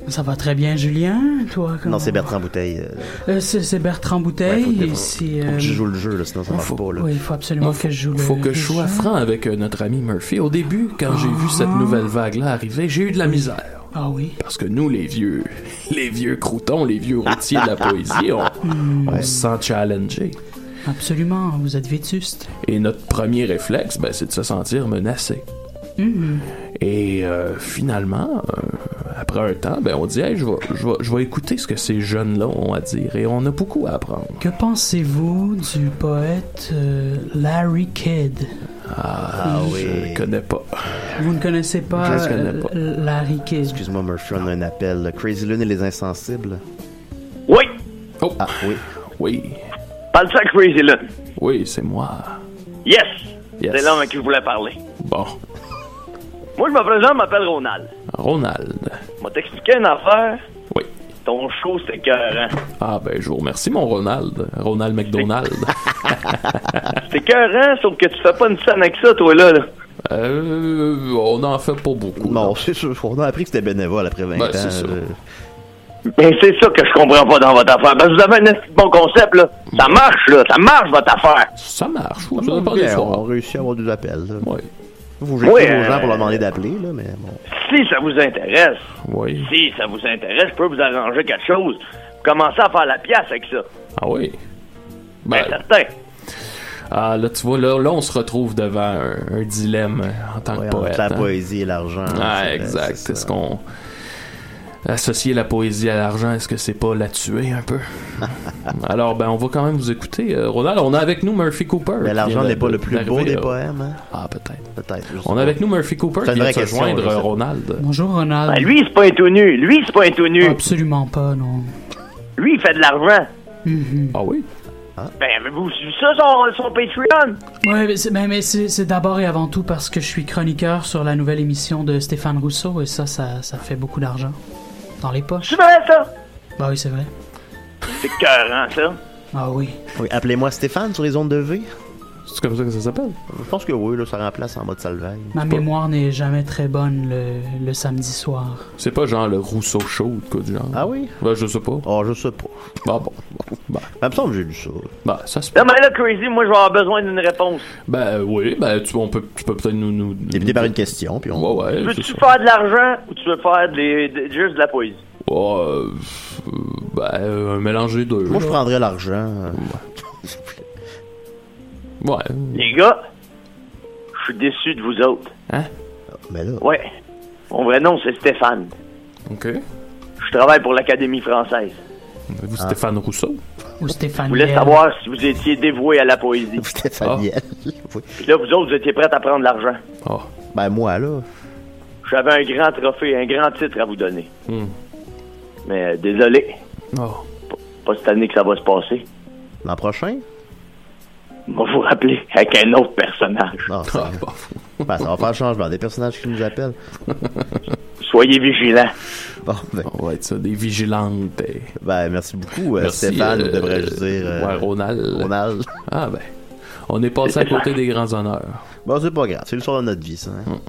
S14: Ça va très bien, Julien. Toi, comment
S6: Non, c'est Bertrand Bouteille. euh,
S14: Euh, c'est c'est Bertrand
S6: faut
S14: Bouteille.
S6: que-
S14: et c'est.
S6: faut
S14: euh,
S6: que je joue le jeu, là, sinon
S5: Ah,
S6: ça marche pas. Là.
S14: Oui, il faut absolument que je joue le.
S5: Faut que je sois
S14: le jeu.
S5: franc avec euh, notre ami Murphy. Au début, quand j'ai vu cette nouvelle vague-là arriver, j'ai eu de la misère.
S14: Ah oui.
S5: Parce que nous, les vieux, les vieux croutons, les vieux routiers de la poésie, on,
S14: Hmm.
S5: on se sent challengé.
S14: Absolument, vous êtes vétuste.
S5: Et notre premier réflexe, ben, c'est de se sentir menacé.
S14: Mhm.
S5: Et euh, finalement, euh, après un temps, ben, on dit Hey, je vais- je vais- je vais écouter ce que ces jeunes-là ont à dire. Et on a beaucoup à apprendre.
S14: Que pensez-vous du poète euh, Larry Kidd
S5: Ah
S14: Je
S5: oui. Je connais pas.
S14: Vous ne connaissez pas,
S6: Je connais
S14: euh,
S6: pas.
S14: Larry Kidd
S6: Excuse-moi, Murphy, on a un appel. là. Crazy Lune et les Insensibles.
S15: Oui!
S5: Oh!
S6: Ah, oui.
S5: Oui.
S15: Parle-tu à Crazy Lune?
S5: Oui, c'est moi.
S15: Yes!
S5: Yes.
S15: C'est l'homme à qui je voulais parler.
S5: Bon,
S15: Moi, je me présente, je m'appelle Ronald.
S5: Ronald.
S15: Moi, t'expliquer une affaire.
S5: Oui.
S15: Ton show, hein? c'est écœurant.
S5: Ah ben je vous remercie mon Ronald, Ronald McDonald.
S15: C'est écœurant, sauf que tu fais pas une scène avec ça, toi, là. là.
S5: Euh, on en fait pas beaucoup.
S6: Non, c'est sûr. On a appris que c'était bénévole après 20
S15: Ben,
S6: ans.
S15: c'est ça.
S6: là.
S15: Ben, c'est ça que je comprends pas dans votre affaire. Parce que vous avez un esti de bon concept, là. Ça marche, là. Ça marche, votre affaire.
S5: Ça marche,
S6: Ça marche bien, on a réussi à avoir des appels. là.
S5: Oui.
S6: Faut que j'écris
S15: Oui,
S6: aux gens
S15: euh,
S6: pour leur demander d'appeler, là, mais bon.
S15: Si ça vous intéresse,
S5: Oui.
S15: si ça vous intéresse, je peux vous arranger quelque chose. Vous commencez à faire la pièce avec ça.
S5: Ah oui. Ben,
S15: certain.
S5: Ah là tu vois là, là on se retrouve devant un, un dilemme en tant que
S6: Ouais,
S5: poète.
S6: entre la
S5: hein.
S6: poésie et l'argent.
S5: Ah
S6: c'est-
S5: exact.
S6: c'est
S5: Est-ce
S6: ça.
S5: qu'on associer la poésie à l'argent, est-ce que c'est pas la tuer un peu Alors ben on va quand même vous écouter euh, Ronald, on a avec nous Murphy Cooper.
S6: Mais
S5: qui
S6: l'argent
S5: vient de-
S6: n'est pas
S5: de-
S6: le plus beau
S5: d'arriver,
S6: des
S5: euh,
S6: poèmes. hein?
S5: Ah peut-être.
S6: Peut-être. je sais
S5: On
S6: pas.
S5: a avec nous Murphy Cooper
S6: C'est une
S5: qui vient
S6: vraie
S5: de se
S6: question,
S5: joindre euh,
S6: je sais pas.
S5: Ronald.
S14: Bonjour Ronald.
S15: Ben, lui, c'est pas un tout nu. Lui, c'est pas un tout nu.
S14: Absolument pas, non.
S15: Lui, il fait de l'argent.
S14: Mhm.
S5: Ah oui?
S15: Ben, avez-vous su ça, son, son Patreon?
S14: Ouais, mais c'est, mais- mais c'est- c'est d'abord et avant tout parce que je suis chroniqueur sur la nouvelle émission de Stéphane Rousseau et ça, ça, ça fait beaucoup d'argent. Dans les poches.
S15: C'est vrai, ça?
S14: Bah oui, c'est vrai.
S15: C'est écœurant, ça.
S14: Ah oui.
S6: Oui, Appelez-moi Stéphane sur les ondes de V.
S5: C'est comme ça que ça s'appelle?
S6: Je pense que oui, là, ça remplace en mode salvaille.
S14: Ma mémoire n'est jamais très bonne le, le samedi soir.
S5: C'est pas genre le Rousseau Show ou de quoi du genre. Ah
S6: oui?
S5: Ben, je sais pas.
S6: Oh, je sais pas.
S5: Bah bon. Bah.
S6: Il me semble que j'ai lu ça.
S5: Bah, ça se peut.
S15: Non, mais là, Crazy, moi, je vais avoir besoin d'une réponse.
S5: Ben oui, ben tu, on peut, tu peux peut-être nous. nous Débuter
S6: par une question, puis
S5: on. Ouais, ouais. Euh, c'est
S15: Veux-tu
S5: ça.
S15: faire de l'argent ou tu veux faire des- des- juste de la poésie?
S5: Ouais, euh, ben, euh, un mélange des deux.
S6: Moi, je prendrais l'argent.
S5: Ouais.
S15: Les gars, je suis déçu de vous autres.
S5: Hein?
S6: Mais Ah, ben là.
S15: Ouais. Mon vrai nom, c'est Stéphane.
S5: Ok.
S15: Je travaille pour l'Académie française.
S5: Vous,
S6: Ah.
S5: Stéphane Rousseau.
S14: Ou Stéphane
S15: Je voulais
S14: Liel.
S15: savoir si vous étiez dévoué à la poésie.
S6: Stéphane Liel.
S5: Ah.
S15: Puis là, vous autres, vous étiez prêts à prendre l'argent.
S6: Ben, moi, là.
S15: J'avais un grand trophée, un grand titre à vous donner.
S5: Hmm.
S15: Mais euh, désolé,
S5: Oh.
S15: pas cette année que ça va se passer.
S6: L'an prochain?
S15: Je vais vous rappeler avec un autre personnage.
S5: Ah,
S6: Non, ça,
S5: bah,
S6: ben, ça va faire changement. Des personnages qui nous appellent.
S15: Soyez vigilants.
S6: Bon, ben.
S5: On va être ça, des vigilantes. eh.
S6: Ben, merci beaucoup, euh,
S5: Merci,
S6: Stéphane,
S5: euh,
S6: ou devrais-je dire. euh,
S5: ouais, Ronald.
S6: Ronald.
S5: Ah ben. On est passé à côté des grands honneurs.
S6: Bon, c'est pas grave, c'est l'histoire de notre vie, ça. Hein?
S5: Hmm.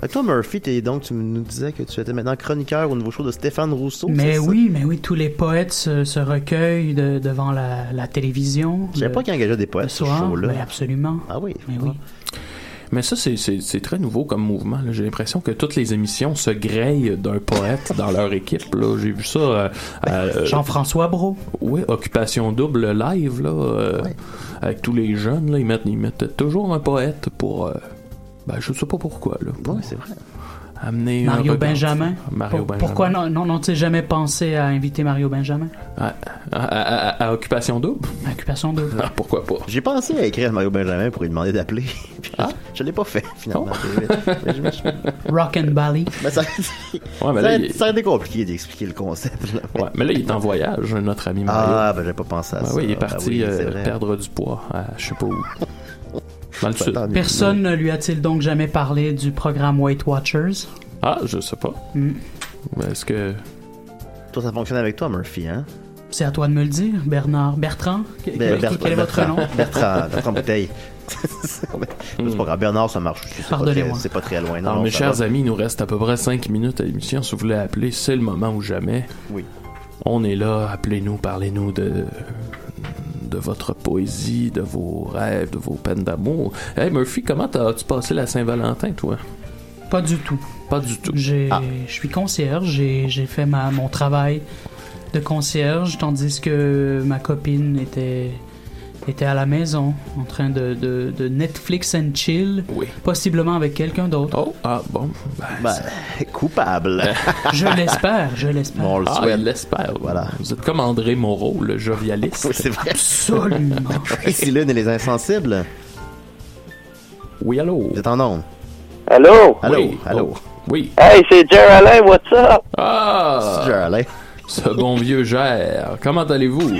S6: Fait que toi, Murphy, t'es donc, tu nous disais que tu étais maintenant chroniqueur au nouveau show de Stéphane Rousseau.
S14: Mais
S6: c'est ça?
S14: oui, mais oui, tous les poètes se, se recueillent de- devant la, la télévision.
S6: Je savais
S14: le-
S6: pas qu'il engageait des poètes
S14: le
S6: sur ce
S14: soir.
S6: show-là.
S14: Ben, absolument.
S6: Ah oui.
S14: Mais oui.
S5: Mais ça, c'est- c'est c'est très nouveau comme mouvement. là. J'ai l'impression que toutes les émissions se grillent d'un poète dans leur équipe. là. J'ai vu ça. euh, euh,
S14: Ben, Jean-François Brault.
S5: Oui, Occupation Double live, là, euh, avec tous les jeunes, là, ils, mettent, ils mettent toujours un poète pour. euh, ben, je sais pas pourquoi, là.
S6: Ouais, c'est vrai.
S5: Amener un
S14: Mario
S5: regard
S14: Benjamin.
S5: différent. Mario
S14: Pour-
S5: Benjamin.
S14: Pourquoi non, non, non, tu sais, jamais pensé à inviter Mario Benjamin
S5: À, à- à- à occupation double?
S14: Occupation double.
S5: Ah, pourquoi pas? Ah?
S6: J'ai pensé à écrire à Mario Benjamin pour lui demander d'appeler. Puis Je l'ai pas fait, finalement.
S5: Oh.
S6: Mais je me suis-
S14: Rock and Bally.
S6: Mais ça,
S5: mais
S6: ça,
S5: ben là,
S6: a-
S5: il-
S6: ça a été compliqué d'expliquer le concept. là.
S5: Ouais, mais là, il est en voyage, notre ami Mario.
S6: Ah, ben j'ai pas pensé à
S5: Ouais,
S6: ça.
S5: Oui, il est
S6: Ben
S5: parti
S6: oui, c'est
S5: euh,
S6: vrai.
S5: perdre du poids à je sais pas où. Dans le sud.
S14: Personne ne lui a-t-il donc jamais parlé du programme Weight Watchers
S5: Ah, je sais pas.
S14: Hmm.
S5: Mais Est-ce que.
S6: Toi, ça fonctionne avec toi, Murphy, hein?
S14: C'est à toi de me le dire, Bernard. Bertrand Que- quel-
S6: Ben, Bertrand-
S14: Quel est votre
S6: Bertrand-
S14: nom
S6: Bertrand, Bertrand Bouteille. c'est pas grave. Bernard, ça marche. aussi, c'est pas
S5: Pardonnez-moi.
S6: très- C'est pas très loin.
S5: Alors, Hmm. Ah, mes
S6: ça
S5: chers
S6: va.
S5: amis, il nous reste à peu près 5 minutes à l'émission. Si vous voulez appeler, c'est le moment ou jamais.
S6: Oui.
S5: On est là, appelez-nous, parlez-nous de de votre poésie, de vos rêves, de vos peines d'amour. Hey Murphy, comment t'as-tu passé la Saint-Valentin, toi?
S14: Pas du tout.
S5: Pas du tout.
S14: J'ai-
S6: Ah.
S14: Je suis concierge, j'ai j'ai fait ma, mon travail de concierge, tandis que ma copine était, était à la maison en train de, de- de Netflix and chill, possiblement avec quelqu'un d'autre.
S5: Oh, ah bon.
S6: Ben, coupable.
S14: Je l'espère, je l'espère.
S6: On le
S5: ah,
S6: souhaite.
S5: il l'espère. Voilà. Vous êtes comme André Moreau, le jovialiste.
S6: c'est vrai.
S14: Absolument.
S6: Ici l'une et les insensibles.
S5: Oui, allô.
S6: Vous êtes en onde.
S15: Allô?
S6: Allô,
S5: Oui. Oh.
S6: allô.
S5: Oui.
S15: Hey, c'est Jer Alain, what's up?
S5: Ah!
S6: C'est Gerlin.
S5: Ce bon vieux Gère. Comment allez-vous?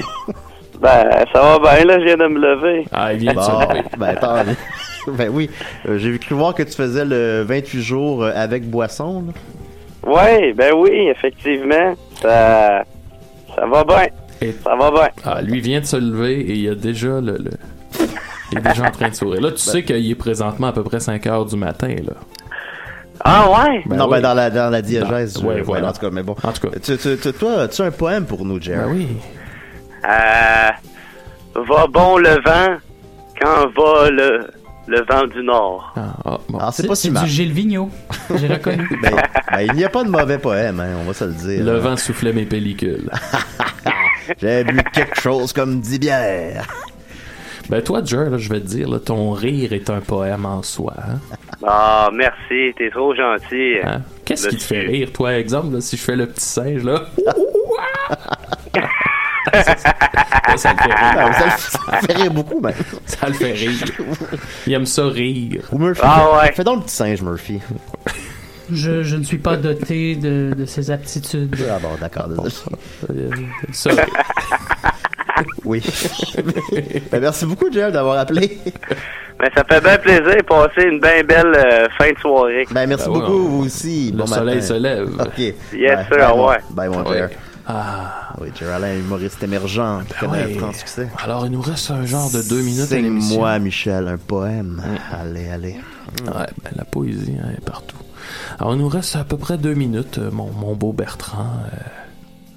S15: Ben, ça va bien, là, je viens de me lever.
S5: Ah, il vient de se
S6: Bon,
S5: lever.
S6: ben, attends. ben oui, euh, j'ai cru voir que tu faisais le 28 jours euh, avec boisson. là.
S15: Ouais, ben oui, effectivement. Ça, ça va bien.
S5: Et-
S15: Ça va bien.
S5: Ah, lui vient de se lever et il a déjà le. le- Il est déjà en train de sourire. Là,
S6: Ben
S5: tu sais qu'il est présentement à peu près 5 heures du matin, là.
S15: Ah ouais?
S6: non,
S5: oui.
S6: ben dans la, dans la diégèse.
S5: Dans- ouais,
S6: je-
S5: voilà.
S6: En tout cas, mais bon.
S5: En tout cas.
S6: Tu, tu- tu- toi, tu as un poème pour nous, Jerry.
S5: Ben oui.
S15: Euh, va bon le vent quand va le, le vent du nord.
S5: Ah, ah, bon.
S6: Ah, c'est pas si mal.
S14: du Gilles Vigneault. J'ai reconnu.
S6: Ben, ben, il n'y a pas de mauvais poème, hein, on va se le dire.
S5: Le vent soufflait mes pellicules.
S6: J'ai bu quelque chose comme 10 bières.
S5: Ben, toi, Jer, là, je vais te dire, là, ton rire est un poème en soi. hein.
S15: Ah, merci, t'es trop gentil.
S5: Hein? Qu'est-ce qui te fait rire, toi, exemple, là, si je fais le petit singe, là? ça, ça le fait
S6: Ah,
S5: rire.
S6: ça, le- ça fait rire beaucoup, mais.
S5: Ça le fait rire. Il aime ça rire.
S6: Ou Murphy.
S15: Ah ouais.
S6: Fais donc le petit singe, Murphy.
S14: Je, je ne suis pas doté de, de ces aptitudes.
S6: Ah bon, d'accord. désolé.
S5: Euh, Ça rire.
S6: Oui. Ben, merci beaucoup, Jerry, d'avoir appelé.
S13: Ben,
S15: Mais ça fait bien plaisir de passer une bien belle euh, fin de soirée.
S6: Ben, merci
S5: Ben oui,
S6: beaucoup,
S5: on-
S6: vous aussi.
S5: Le
S6: Bon
S5: soleil
S6: matin.
S5: se lève.
S6: OK. Yes,
S15: Yes, sir, au revoir.
S6: Bye, mon
S5: Ouais.
S6: Jerry.
S5: Ah,
S6: Ah Oui, Jerry Alain, humoriste émergent, qui connaît
S5: ouais.
S6: un franc succès.
S5: alors il nous reste un genre de deux minutes à l'émission.
S6: moi Michel, un poème. Allez, allez.
S5: Ouais, ben, la poésie hein, est partout. Alors il nous reste à peu près deux minutes, euh, mon, mon beau Bertrand. Euh,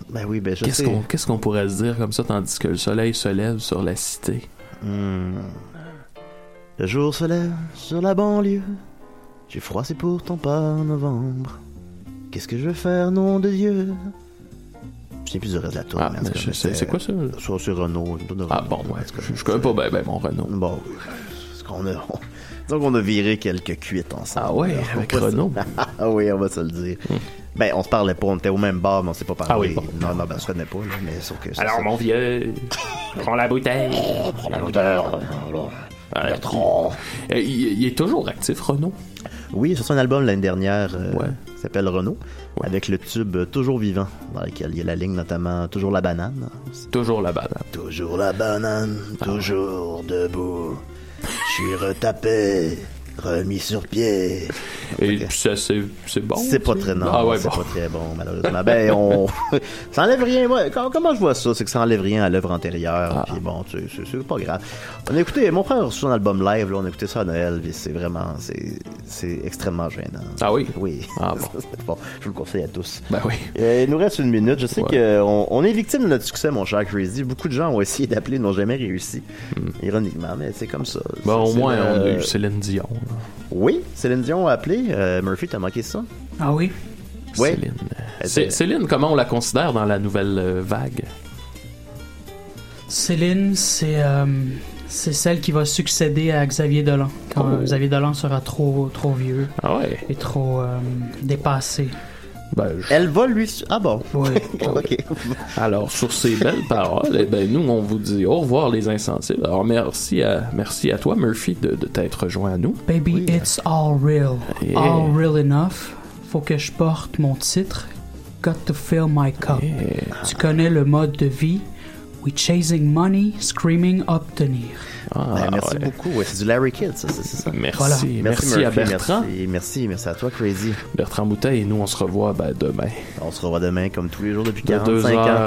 S6: Ben oui, ben je
S5: Qu'est-ce
S6: sais.
S5: qu'on qu'est-ce qu'on pourrait se dire comme ça tandis que le soleil se lève sur la cité?
S6: Hmm. Le jour se lève sur la banlieue. J'ai froid, c'est pourtant pas novembre. Qu'est-ce que je vais faire, nom de Dieu Je sais plus du reste de la tournée.
S5: Ah, mais je sais, c'est quoi ça?
S6: Soit c'est Renault. une tourne de
S5: Ah
S6: Renaud,
S5: bon, ouais,
S6: en tout cas.
S5: je, je connais pas ben, ben mon Renault.
S6: Bon, ce qu'on a. Donc on a viré quelques cuites ensemble.
S5: Ah ouais,
S6: là. On
S5: avec
S6: va se-
S5: Renault. Hmm.
S6: ah oui, on va se le dire. Ben, on se parlait pas, on était au même bar, mais on s'est pas parlé.
S5: Ah oui, bon.
S6: Non, non, ben, on se connaît pas, là, mais sauf que c'est ça.
S5: Alors mon vieux, prends la bouteille. Ouais. Ah, Euh, Il, il est toujours actif, Renault.
S6: Oui, c'est un album l'année dernière euh,
S5: Ouais.
S6: qui s'appelle Renault, avec le tube euh, Toujours Vivant, dans lequel il y a la ligne notamment Toujours la banane.
S5: Toujours la banane.
S6: Toujours la banane, toujours debout. Je suis retapé, remis sur pied.
S5: Et ça, c'est c'est bon.
S6: c'est pas
S5: ça?
S6: très non,
S5: Ah ouais,
S6: c'est
S5: bon.
S6: pas très bon malheureusement. Ben on ça enlève rien. Moi, quand- comment je vois ça, c'est que ça enlève rien à l'œuvre
S5: Ah.
S6: antérieure. Puis bon, tu sais, c'est c'est pas grave. On a écouté mon frère a reçu un album live, là, on a écouté ça à Noël, puis c'est vraiment c'est c'est extrêmement gênant.
S5: Ah oui?
S6: Oui.
S5: Ah bon.
S6: Bon, je vous le conseille à tous.
S5: Ben oui.
S6: Euh, il nous reste une minute. Je sais
S5: Ouais.
S6: qu'on on est victime de notre succès, mon cher Crazy. Beaucoup de gens ont essayé d'appeler, n'ont jamais réussi. Ironiquement, mais c'est comme ça.
S5: Hmm. Bon,
S6: C'est-
S5: au
S6: c'est
S5: moins,
S6: le-
S5: on a eu Céline Dion. là.
S6: Oui, Céline Dion a appelé. Euh, Murphy, t'as manqué ça?
S14: Ah oui?
S6: Oui.
S5: Céline.
S6: Elle
S5: Cé-
S6: était-
S5: Céline, comment on la considère dans la nouvelle euh, vague?
S14: Céline, c'est euh, C'est celle qui va succéder à Xavier Dolan quand
S5: Oh.
S14: euh, Xavier Dolan sera trop trop vieux
S5: Ah ouais.
S14: et trop euh, dépassé.
S5: Ben,
S6: Elle va lui. su- Ah bon?
S5: ok. Alors, sur ces belles paroles, eh ben, nous, on vous dit au revoir, les insensibles. Alors, merci à, merci à toi, Murphy, de, de t'être rejoint à nous.
S14: Baby, it's all real,
S5: Yeah.
S14: all real enough. Faut que je porte mon titre. Got to fill my cup. Tu connais le mode de vie. We chasing money, screaming obtenir.
S6: Ben, merci beaucoup. Ouais, c'est du Larry Kidd, ça, c'est c'est ça.
S5: Ah, Merci. Merci, à Bertrand.
S6: Merci, merci, merci à toi, Crazy.
S5: Bertrand Bouteille et nous, on se revoit ben, demain.
S6: On se revoit demain, comme tous les jours depuis
S5: De deux
S6: 45 ans.
S5: heures